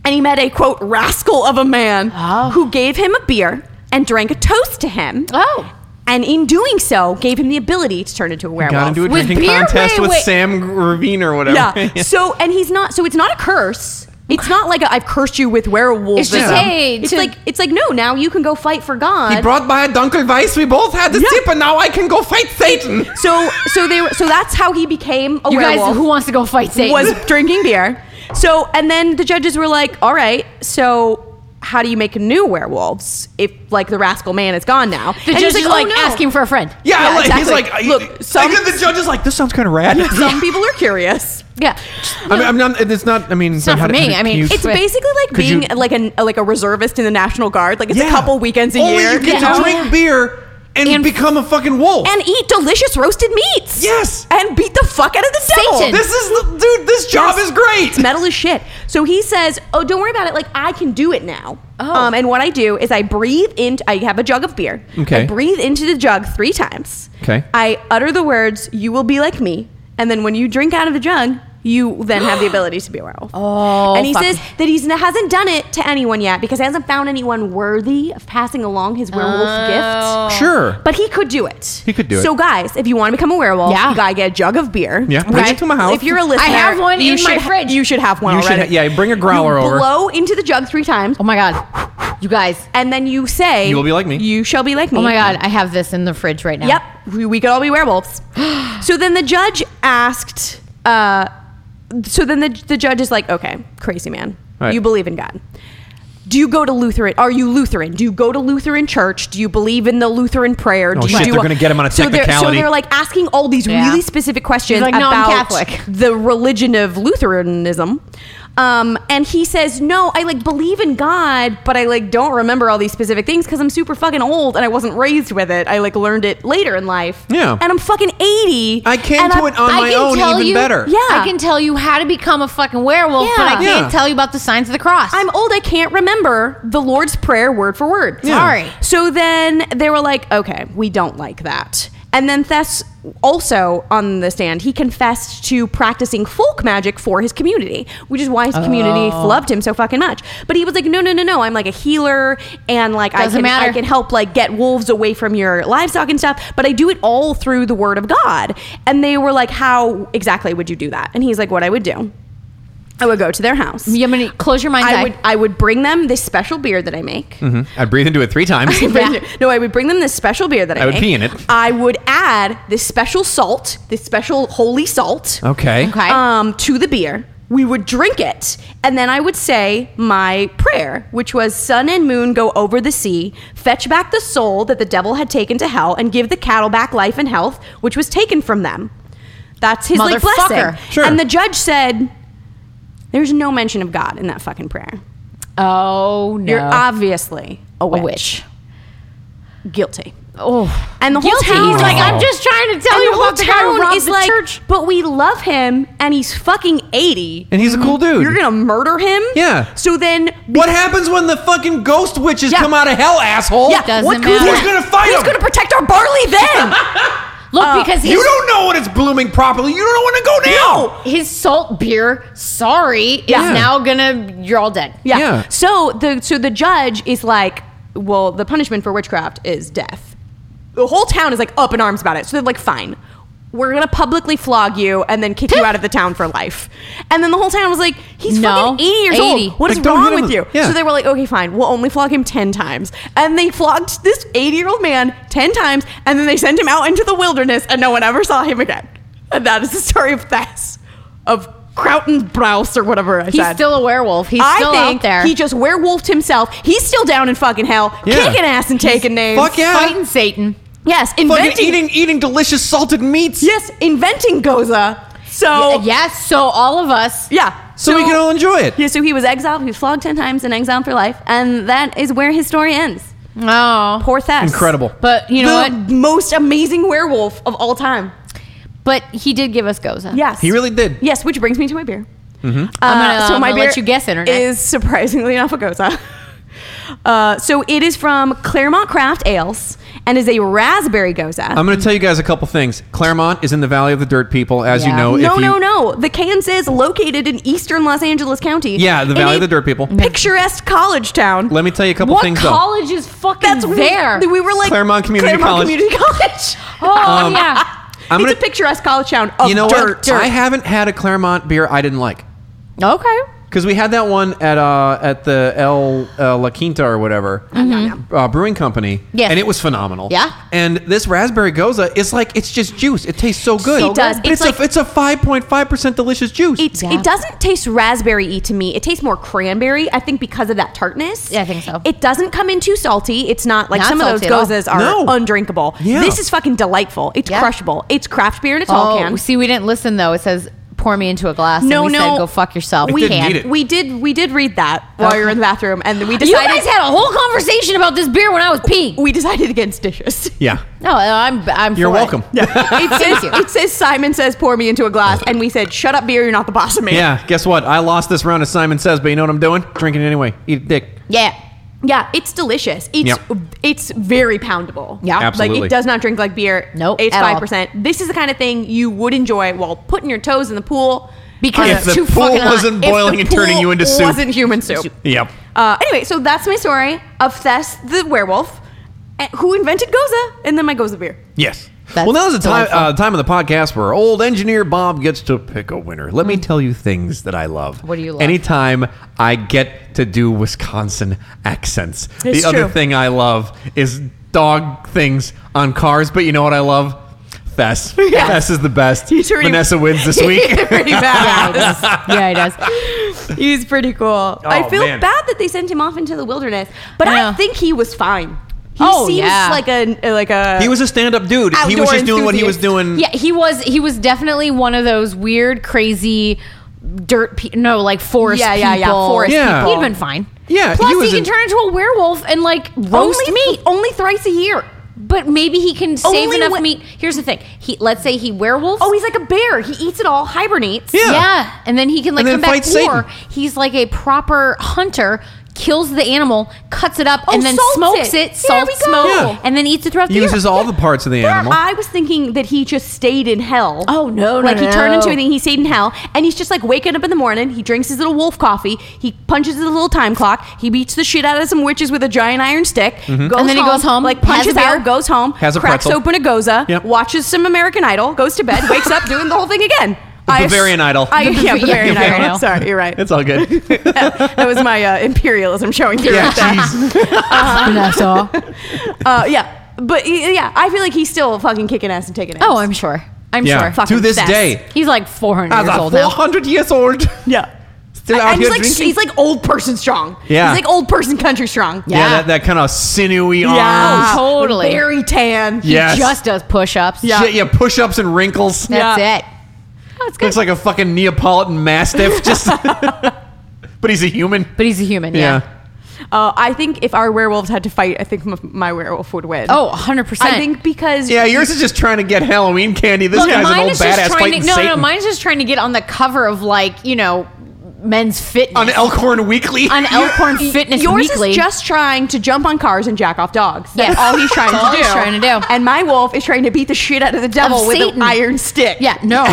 And he met a quote rascal of a man
Oh.
who gave him a beer and drank a toast to him.
Oh.
And in doing so, gave him the ability to turn into a werewolf.
Got into a
With
drinking
beer?
contest
Wait,
with
wait.
Sam Ravine or whatever.
yeah. So and he's not. So it's not a curse. It's not like i I've cursed you with werewolves.
It's just,
Yeah.
hey,
It's
to-
like it's like no. Now you can go fight for God.
He brought by a Dunkelweiss. We both had the
Yeah.
sip, and now I can go fight Satan.
so so they were, so that's how he became a
You guys,
werewolf.
who wants to go fight Satan?
was drinking beer. So, and then the judges were like, all right, so how do you make new werewolves if, like, the rascal man is gone now?
the
and
judge
he's
is
oh,
like
no.
asking for a friend.
Yeah,
Yeah,
like, he's
exactly.
like, I-
Look,
I-
some-
I, the judge is like, this sounds kind of rad.
Some people are curious.
Yeah.
I mean, I'm not. It's not. I mean,
It's not
how
for
to-
me.
how
I
to
mean,
use-
It's
But-
basically like
Could
being
you-
like an like a reservist in the National Guard. Like it's a
Yeah.
couple weekends a
Only
year.
You get
you know?
to drink beer and,
And-
become a fucking wolf.
and eat delicious roasted meats.
Yes.
And beat the fuck out of the devil.
Satan.
this is the, dude. This job
Yes.
is great.
It's metal as shit. So he says, "Oh, don't worry about it. Like I can do it now."
Oh.
Um, and what I do is I breathe in. I have a jug of beer.
Okay.
I breathe into the jug three times.
Okay.
I utter the words, "You will be like me," and then when you drink out of the jug, you then have the ability to be a werewolf.
Oh,
and he
fuck.
says that he hasn't done it to anyone yet because he hasn't found anyone worthy of passing along his werewolf
Oh.
gift.
Sure.
But he could do it.
He could do it.
So, guys, if you want to become a werewolf,
Yeah.
you gotta get a jug of beer.
Yeah, bring it to my house.
If you're a listener,
have one
you
in my
should-
fridge.
You should have one
You should
already.
ha- yeah, bring a growler
you
over.
Blow into the jug three times,
Oh my god, you guys.
and then you say,
You will be like me.
You shall be like me.
Oh my god, I have this in the fridge right now.
Yep, we, we could all be werewolves. so then the judge asked. Uh, so then the, the judge is like, okay, crazy man,
Right.
you believe in God. Do you go to Lutheran? Are you Lutheran? Do you go to Lutheran church? Do you believe in the Lutheran prayer? Do
Oh,
you
shit,
do
they're gonna get him on a
so they're- So
technicality.
they're like asking all these
Yeah.
really specific questions
He's like, "No, I'm
about
Catholic."
the religion of Lutheranism. Um, and he says, no, I like believe in God, but I like don't remember all these specific things because I'm super fucking old and I wasn't raised with it. I like learned it later in life.
Yeah.
And I'm fucking 80.
I came
and
to
I'm-
it on my own, even
you,
better.
Yeah.
I can tell you how to become a fucking werewolf, but I
Yeah.
can't
Yeah.
tell you about the signs of the cross.
I'm old. I can't remember the Lord's Prayer word for word.
Yeah.
Sorry.
So then they were like, okay, we don't like that. And then Thess also on the stand, he confessed to practicing folk magic for his community, which is why his community
Oh.
loved him so fucking much. But he was like, no, no, no, no. I'm like a healer and like I
Doesn't
can, I
matter.
can help like get wolves away from your livestock and stuff, but I do it all through the word of God. And they were like, how exactly would you do that? And he's like, what I would do. I would go to their house.
Yeah, I'm gonna close your mind's
I
eye.
would I would bring them this special beer that I make.
I Hmm? breathe into it three times.
Yeah.
No, I would bring them this special beer that I,
I would
make.
pee in it.
I would add this special salt, this special holy salt,
okay.
okay.
um, to the beer. We would drink it, and then I would say my prayer, which was "Sun and moon go over the sea, fetch back the soul that the devil had taken to hell, and give the cattle back life and health, which was taken from them." That's his like blessing.
Motherfucker.
Sure.
And the judge said, "There's no mention of God in that fucking prayer."
oh no.
You're obviously a witch.
witch.
Guilty.
oh,
And the whole
guilty.
town.
He's like, I'm just trying to tell
and
you
the whole
about the guy who
town
robbed
is
the
like,
church.
but we love him, and he's fucking eighty.
And he's a cool dude.
You're gonna murder him?
Yeah.
So then,
what happens when the fucking ghost witches
Yeah.
come out of hell, asshole?
Yeah.
Doesn't
what,
matter.
Who's gonna fight
Who's
him?
gonna protect our barley then?
Look, because his,
You don't know when it's blooming properly. You don't know when to go down.
his salt beer, sorry,
Yeah.
is now gonna. You're all dead.
Yeah.
Yeah.
So the so the judge is like, well, the punishment for witchcraft is death. The whole town is like up in arms about it. So they're like, fine, we're gonna publicly flog you and then kick you out of the town for life. And then the whole town was like, he's
No.
fucking eighty years
80.
old. What is
Like, don't
wrong
hit him.
with you?
Yeah.
So they were like, okay, fine, we'll only flog him ten times. And they flogged this eighty year old man ten times, and then they sent him out into the wilderness, and no one ever saw him again. And that is the story of Thess, of Krautenbraus or whatever I
He's
said.
still a werewolf. He's
I
still
think
out there.
he just werewolfed himself. He's still down in fucking hell,
Yeah.
kicking ass and taking names.
Fuck yeah.
fighting Satan.
Yes,
Fucking
inventing.
eating, eating delicious salted meats.
Yes, inventing Goza. So
Y- yes. So all of us.
yeah.
So, we can all enjoy it.
Yeah, so he was exiled. He was flogged ten times and exiled for life, and that is where his story ends.
Oh.
Poor Thess.
Incredible.
But you
The
know what?
most amazing werewolf of all time.
But he did give us Goza.
Yes,
He really did.
Yes, which brings me to my beer.
Mm-hmm.
Uh,
I'm gonna- I'm gonna let you guess, Internet.
is surprisingly enough a goza. Uh, so it is from Claremont Craft Ales and is a raspberry goza.
I'm going to tell you guys a couple things. Claremont is in the Valley of the Dirt People, as you
Yeah.
know.
no,
if you,
no, no. The can says located in eastern Los Angeles County.
Yeah, the
in
Valley
a
of the Dirt People.
Picturesque college town.
Let me tell you a couple
What
things though.
college is fucking
That's
there?
We, we were like
Claremont Community College. Um,
Community College.
oh yeah.
I'm
it's
gonna-
a picturesque college town of
You know
dirt.
what? I haven't had a Claremont beer I didn't like.
Okay.
Because we had that one at uh, at the El uh, La Quinta or whatever uh, brewing company,
Yes.
and it was phenomenal.
Yeah.
and this raspberry goza is like it's just juice. It tastes so good.
It does.
But it's,
It's
a it's a five point five percent delicious juice.
It's,
Yeah.
It doesn't taste raspberry y to me. It tastes more cranberry, I think, because of that tartness.
Yeah, I think so.
It doesn't come in too salty. It's not like
Not
some of those
salty at all.
gozas are
No.
undrinkable.
Yeah.
This is fucking delightful. It's
Yeah.
crushable. It's craft beer in a tall
Oh,
can.
see, we didn't listen though. It says pour me into a glass.
No,
and we
no.
Said, Go fuck yourself.
We didn't need it.
We did we did read that while we were in the bathroom and we
You
decided
guys had a whole conversation about this beer when I was peeing.
we decided against dishes.
yeah,
No, I'm. I'm.
you're
for it.
welcome. Yeah,
It says,
you.
it says Simon says pour me into a glass and we said shut up beer you're not the boss of me.
Guess what? I lost this round, as Simon says. But you know what I'm doing? Drinking it anyway. Eat a dick.
Yeah.
Yeah, it's delicious. It's
Yep.
it's very poundable. Yeah,
Absolutely.
Like it does not drink like beer.
Nope,
it's
at all.
five percent. This is the kind of thing you would enjoy while putting your toes in the pool because
If the
too
pool
fucking hot.
wasn't
If
boiling
the
and turning
pool
you into soup.
wasn't human soup.
Yep.
Uh, anyway, so that's my story of Thess the werewolf, eh, who invented Goza, and then my Goza beer.
Yes.
That's
well, now's the time,
delightful.
uh, time of the podcast where old engineer Bob gets to pick a winner. Let me tell you things that I love.
Mm-hmm. What do you love?
Anytime I get to do Wisconsin accents.
It's
the other
true.
thing I love is dog things on cars, but you know what I love? Fess.
Yeah.
Fess is the best.
He's already-
Vanessa wins this week.
Yeah, he
pretty bad.
does. Yeah, he does.
He's pretty cool. I feel
Oh, man.
bad that they sent him off into the wilderness, but I
Yeah.
think he was fine. He
Oh,
seems
yeah.
like a like a
he was a stand up dude. he was
Outdoor
just doing what he was
enthusiast.
doing.
Yeah, he was. He was definitely one of those weird, crazy dirt. Pe- no, like forest.
Yeah, yeah, yeah,
people.
forest
Yeah. people.
He'd been fine.
Yeah,
Plus,
he
he,
was
can
in-
turn into a werewolf and like roast
only,
meat.
only thrice a year.
But maybe he can save
Only
enough
when-
meat. Here's the thing. He let's say he werewolf.
Oh, he's like a bear. He eats it all, hibernates.
Yeah.
yeah. and then he can
And
like
then
come back.
fight Satan.
Or he's like a proper hunter. Kills the animal, cuts it up,
Oh,
and then
salts
smokes
it.
it,
There we
salt
go.
smoke,
Yeah.
and then eats it throughout the year.
Uses all the parts of the
Or
animal.
I was thinking that he just stayed in hell.
Oh, no, no,
Like he turned
no.
into anything. He stayed in hell, and he's just like waking up in the morning. He drinks his little wolf coffee. He punches his little time clock. He beats the shit out of some witches with a giant iron stick. Goes
And then he goes home,
like
has
punches
a beer.
out, goes home,
Mm-hmm. Has a
cracks
pretzel.
open a goza,
Yep.
watches some American Idol, goes to bed, wakes up, doing the whole thing again. I-
Bavarian Idol.
I, yeah,
Yeah,
Bavarian
Bavarian
Idol.
Idol.
Sorry, you're right.
it's all good.
that was my uh, imperialism showing through.
yeah,
with that.
jeez.
Vanessa.
Uh, yeah, but y- yeah, I feel like he's still fucking kicking ass and taking it.
Oh, I'm sure. I'm
Yeah.
sure.
To
Fucking
this
fess.
day.
He's like 400
As
years
a
old now.
400 years old.
yeah.
Still out
and
here
he's like
drinking.
he's like old person strong.
Yeah.
he's like old person country strong. Oh,
Yeah, that, that kind of sinewy
Yeah. Oh,
arms.
Totally.
Very tan.
Yes.
He just does push-ups.
Yeah.
Shit, yeah, push ups and wrinkles.
That's
Yeah.
it.
Looks like a fucking Neapolitan Mastiff. Just. but he's a human.
But he's a human. Yeah.
Uh, I think if our werewolves had to fight, I think m- my werewolf would win.
Oh, 100%.
I think because
Yeah, yours is just trying to get Halloween candy. This
Look,
guy's an
mine
old
is just
badass
trying to,
fighting
no,
Satan.
no, mine's just trying to get on the cover of like, you know, men's fitness.
on Elkhorn Weekly.
on Elkhorn Fitness
yours
Weekly.
is just trying to jump on cars and jack off dogs. That's
Yeah.
all he's trying
That's all
to do.
he's trying to do.
And my wolf is trying to beat the shit out of the devil with
Satan.
an iron stick.
Yeah, no.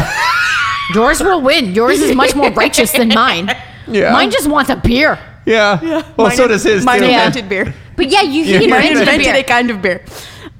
Yours will win. Yours is much more righteous than mine.
Yeah.
Mine just wants a beer.
yeah. Well,
Mine
so
in-
does his.
Mine
too.
invented beer.
But yeah, you
Yeah,
can
mine
invent a
invented
beer.
a kind of beer.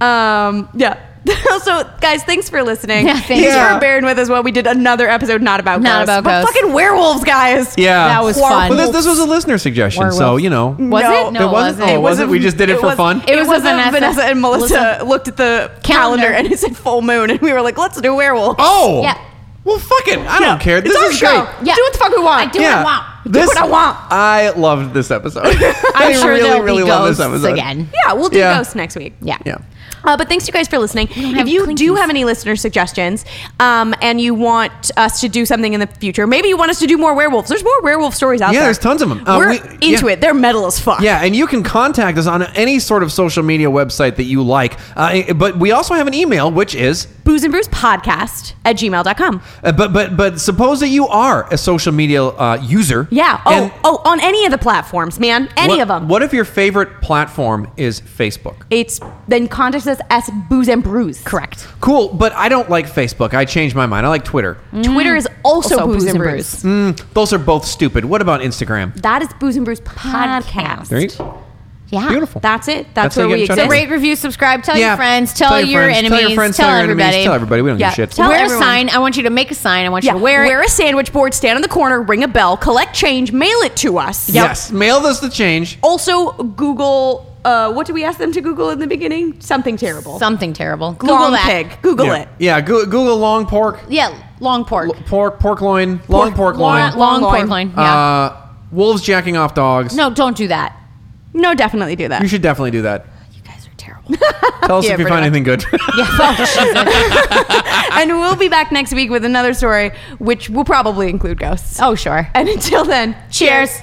Um, yeah. so, guys, thanks for listening.
Yeah, thanks.
Yeah.
for bearing with us while we did another episode not about
Not
ghosts.
about
But
ghosts.
fucking werewolves, guys.
Yeah.
That was
Horrible.
fun.
Well, this, this was a listener suggestion, so,
Werewolf.
you know.
Was
No,
it? No,
it
it
wasn't.
wasn't.
Oh, it wasn't? We just did it for
was-
fun?
It was
was
a
a
Vanessa-
Vanessa and Melissa,
Melissa.
looked at the calendar.
Calendar.
and it said full moon, and we were like, "Let's do werewolves."
Oh.
Yeah.
Well, fuck it. I don't care.
It's
This
our
is
show.
great.
Yeah.
Do what the fuck we want.
I do what I want.
Do what I want.
I loved this episode.
I'm
I
sure
really,
there'll
really
be
love this
ghosts
episode.
again.
Yeah, we'll do
Yeah.
ghosts next week.
Yeah.
Yeah.
Uh, but thanks to you guys for listening. If
have
you do
clinkies.
have any listener suggestions um, and you want us to do something in the future, maybe you want us to do more werewolves. There's more werewolf stories out
Yeah,
there.
there's tons of 'em. Uh,
We're
we-
into
yeah.
it. They're metal as fuck.
Yeah, and you can contact us on any sort of social media website that you like. Uh, but we also have an email, which is
Booze and Brews Podcast at gmail.com.
uh, but but but suppose that you are a social media uh, user.
Yeah. Oh,
and
oh, on any of the platforms, man. Any
what-
of them.
What if your favorite platform is Facebook?
It's then contact us as Booze and Brews. Correct.
Cool, but I don't like Facebook. I changed my mind. I like Twitter.
Twitter is also,
Also
Booze,
Booze
and,
and
Brews.
Those are both stupid. What about Instagram?
That is Booze and Brews Podcast.
There Yeah.
Beautiful.
That's it.
That's
That's,
how
where
you
we
get in touch with
exist.
us.
Rate, review, subscribe, tell
Yeah.
your friends, tell, your,
friends,
enemies,
tell your friends, tell your
everybody.
enemies, tell everybody. We don't
Yeah.
give a shit.
Tell
wear
everyone.
a sign. I want you to make a sign. I want you to wear,
wear
it.
a sandwich board, stand on the corner, ring a bell, collect change, mail it to us.
Yes, mail us the change.
Also, Google. Uh, what did we ask them to Google in the beginning? Something terrible.
Something terrible. Google
long
that.
pig. Google
yeah.
it.
Yeah, Goo- Google long pork,
Yeah, long pork.
l- pork, pork loin, long pork loin,
Long, long
Long
pork
loin.
loin. Yeah.
uh, wolves jacking off dogs.
no, don't do that.
No, definitely do that.
you should definitely do that.
You guys are terrible.
Tell us
Yeah,
if you
pretty
find
much.
anything good.
yeah. fuck, Jesus.
and we'll be back next week with another story, which will probably include ghosts.
Oh, sure.
And until then,
Cheers.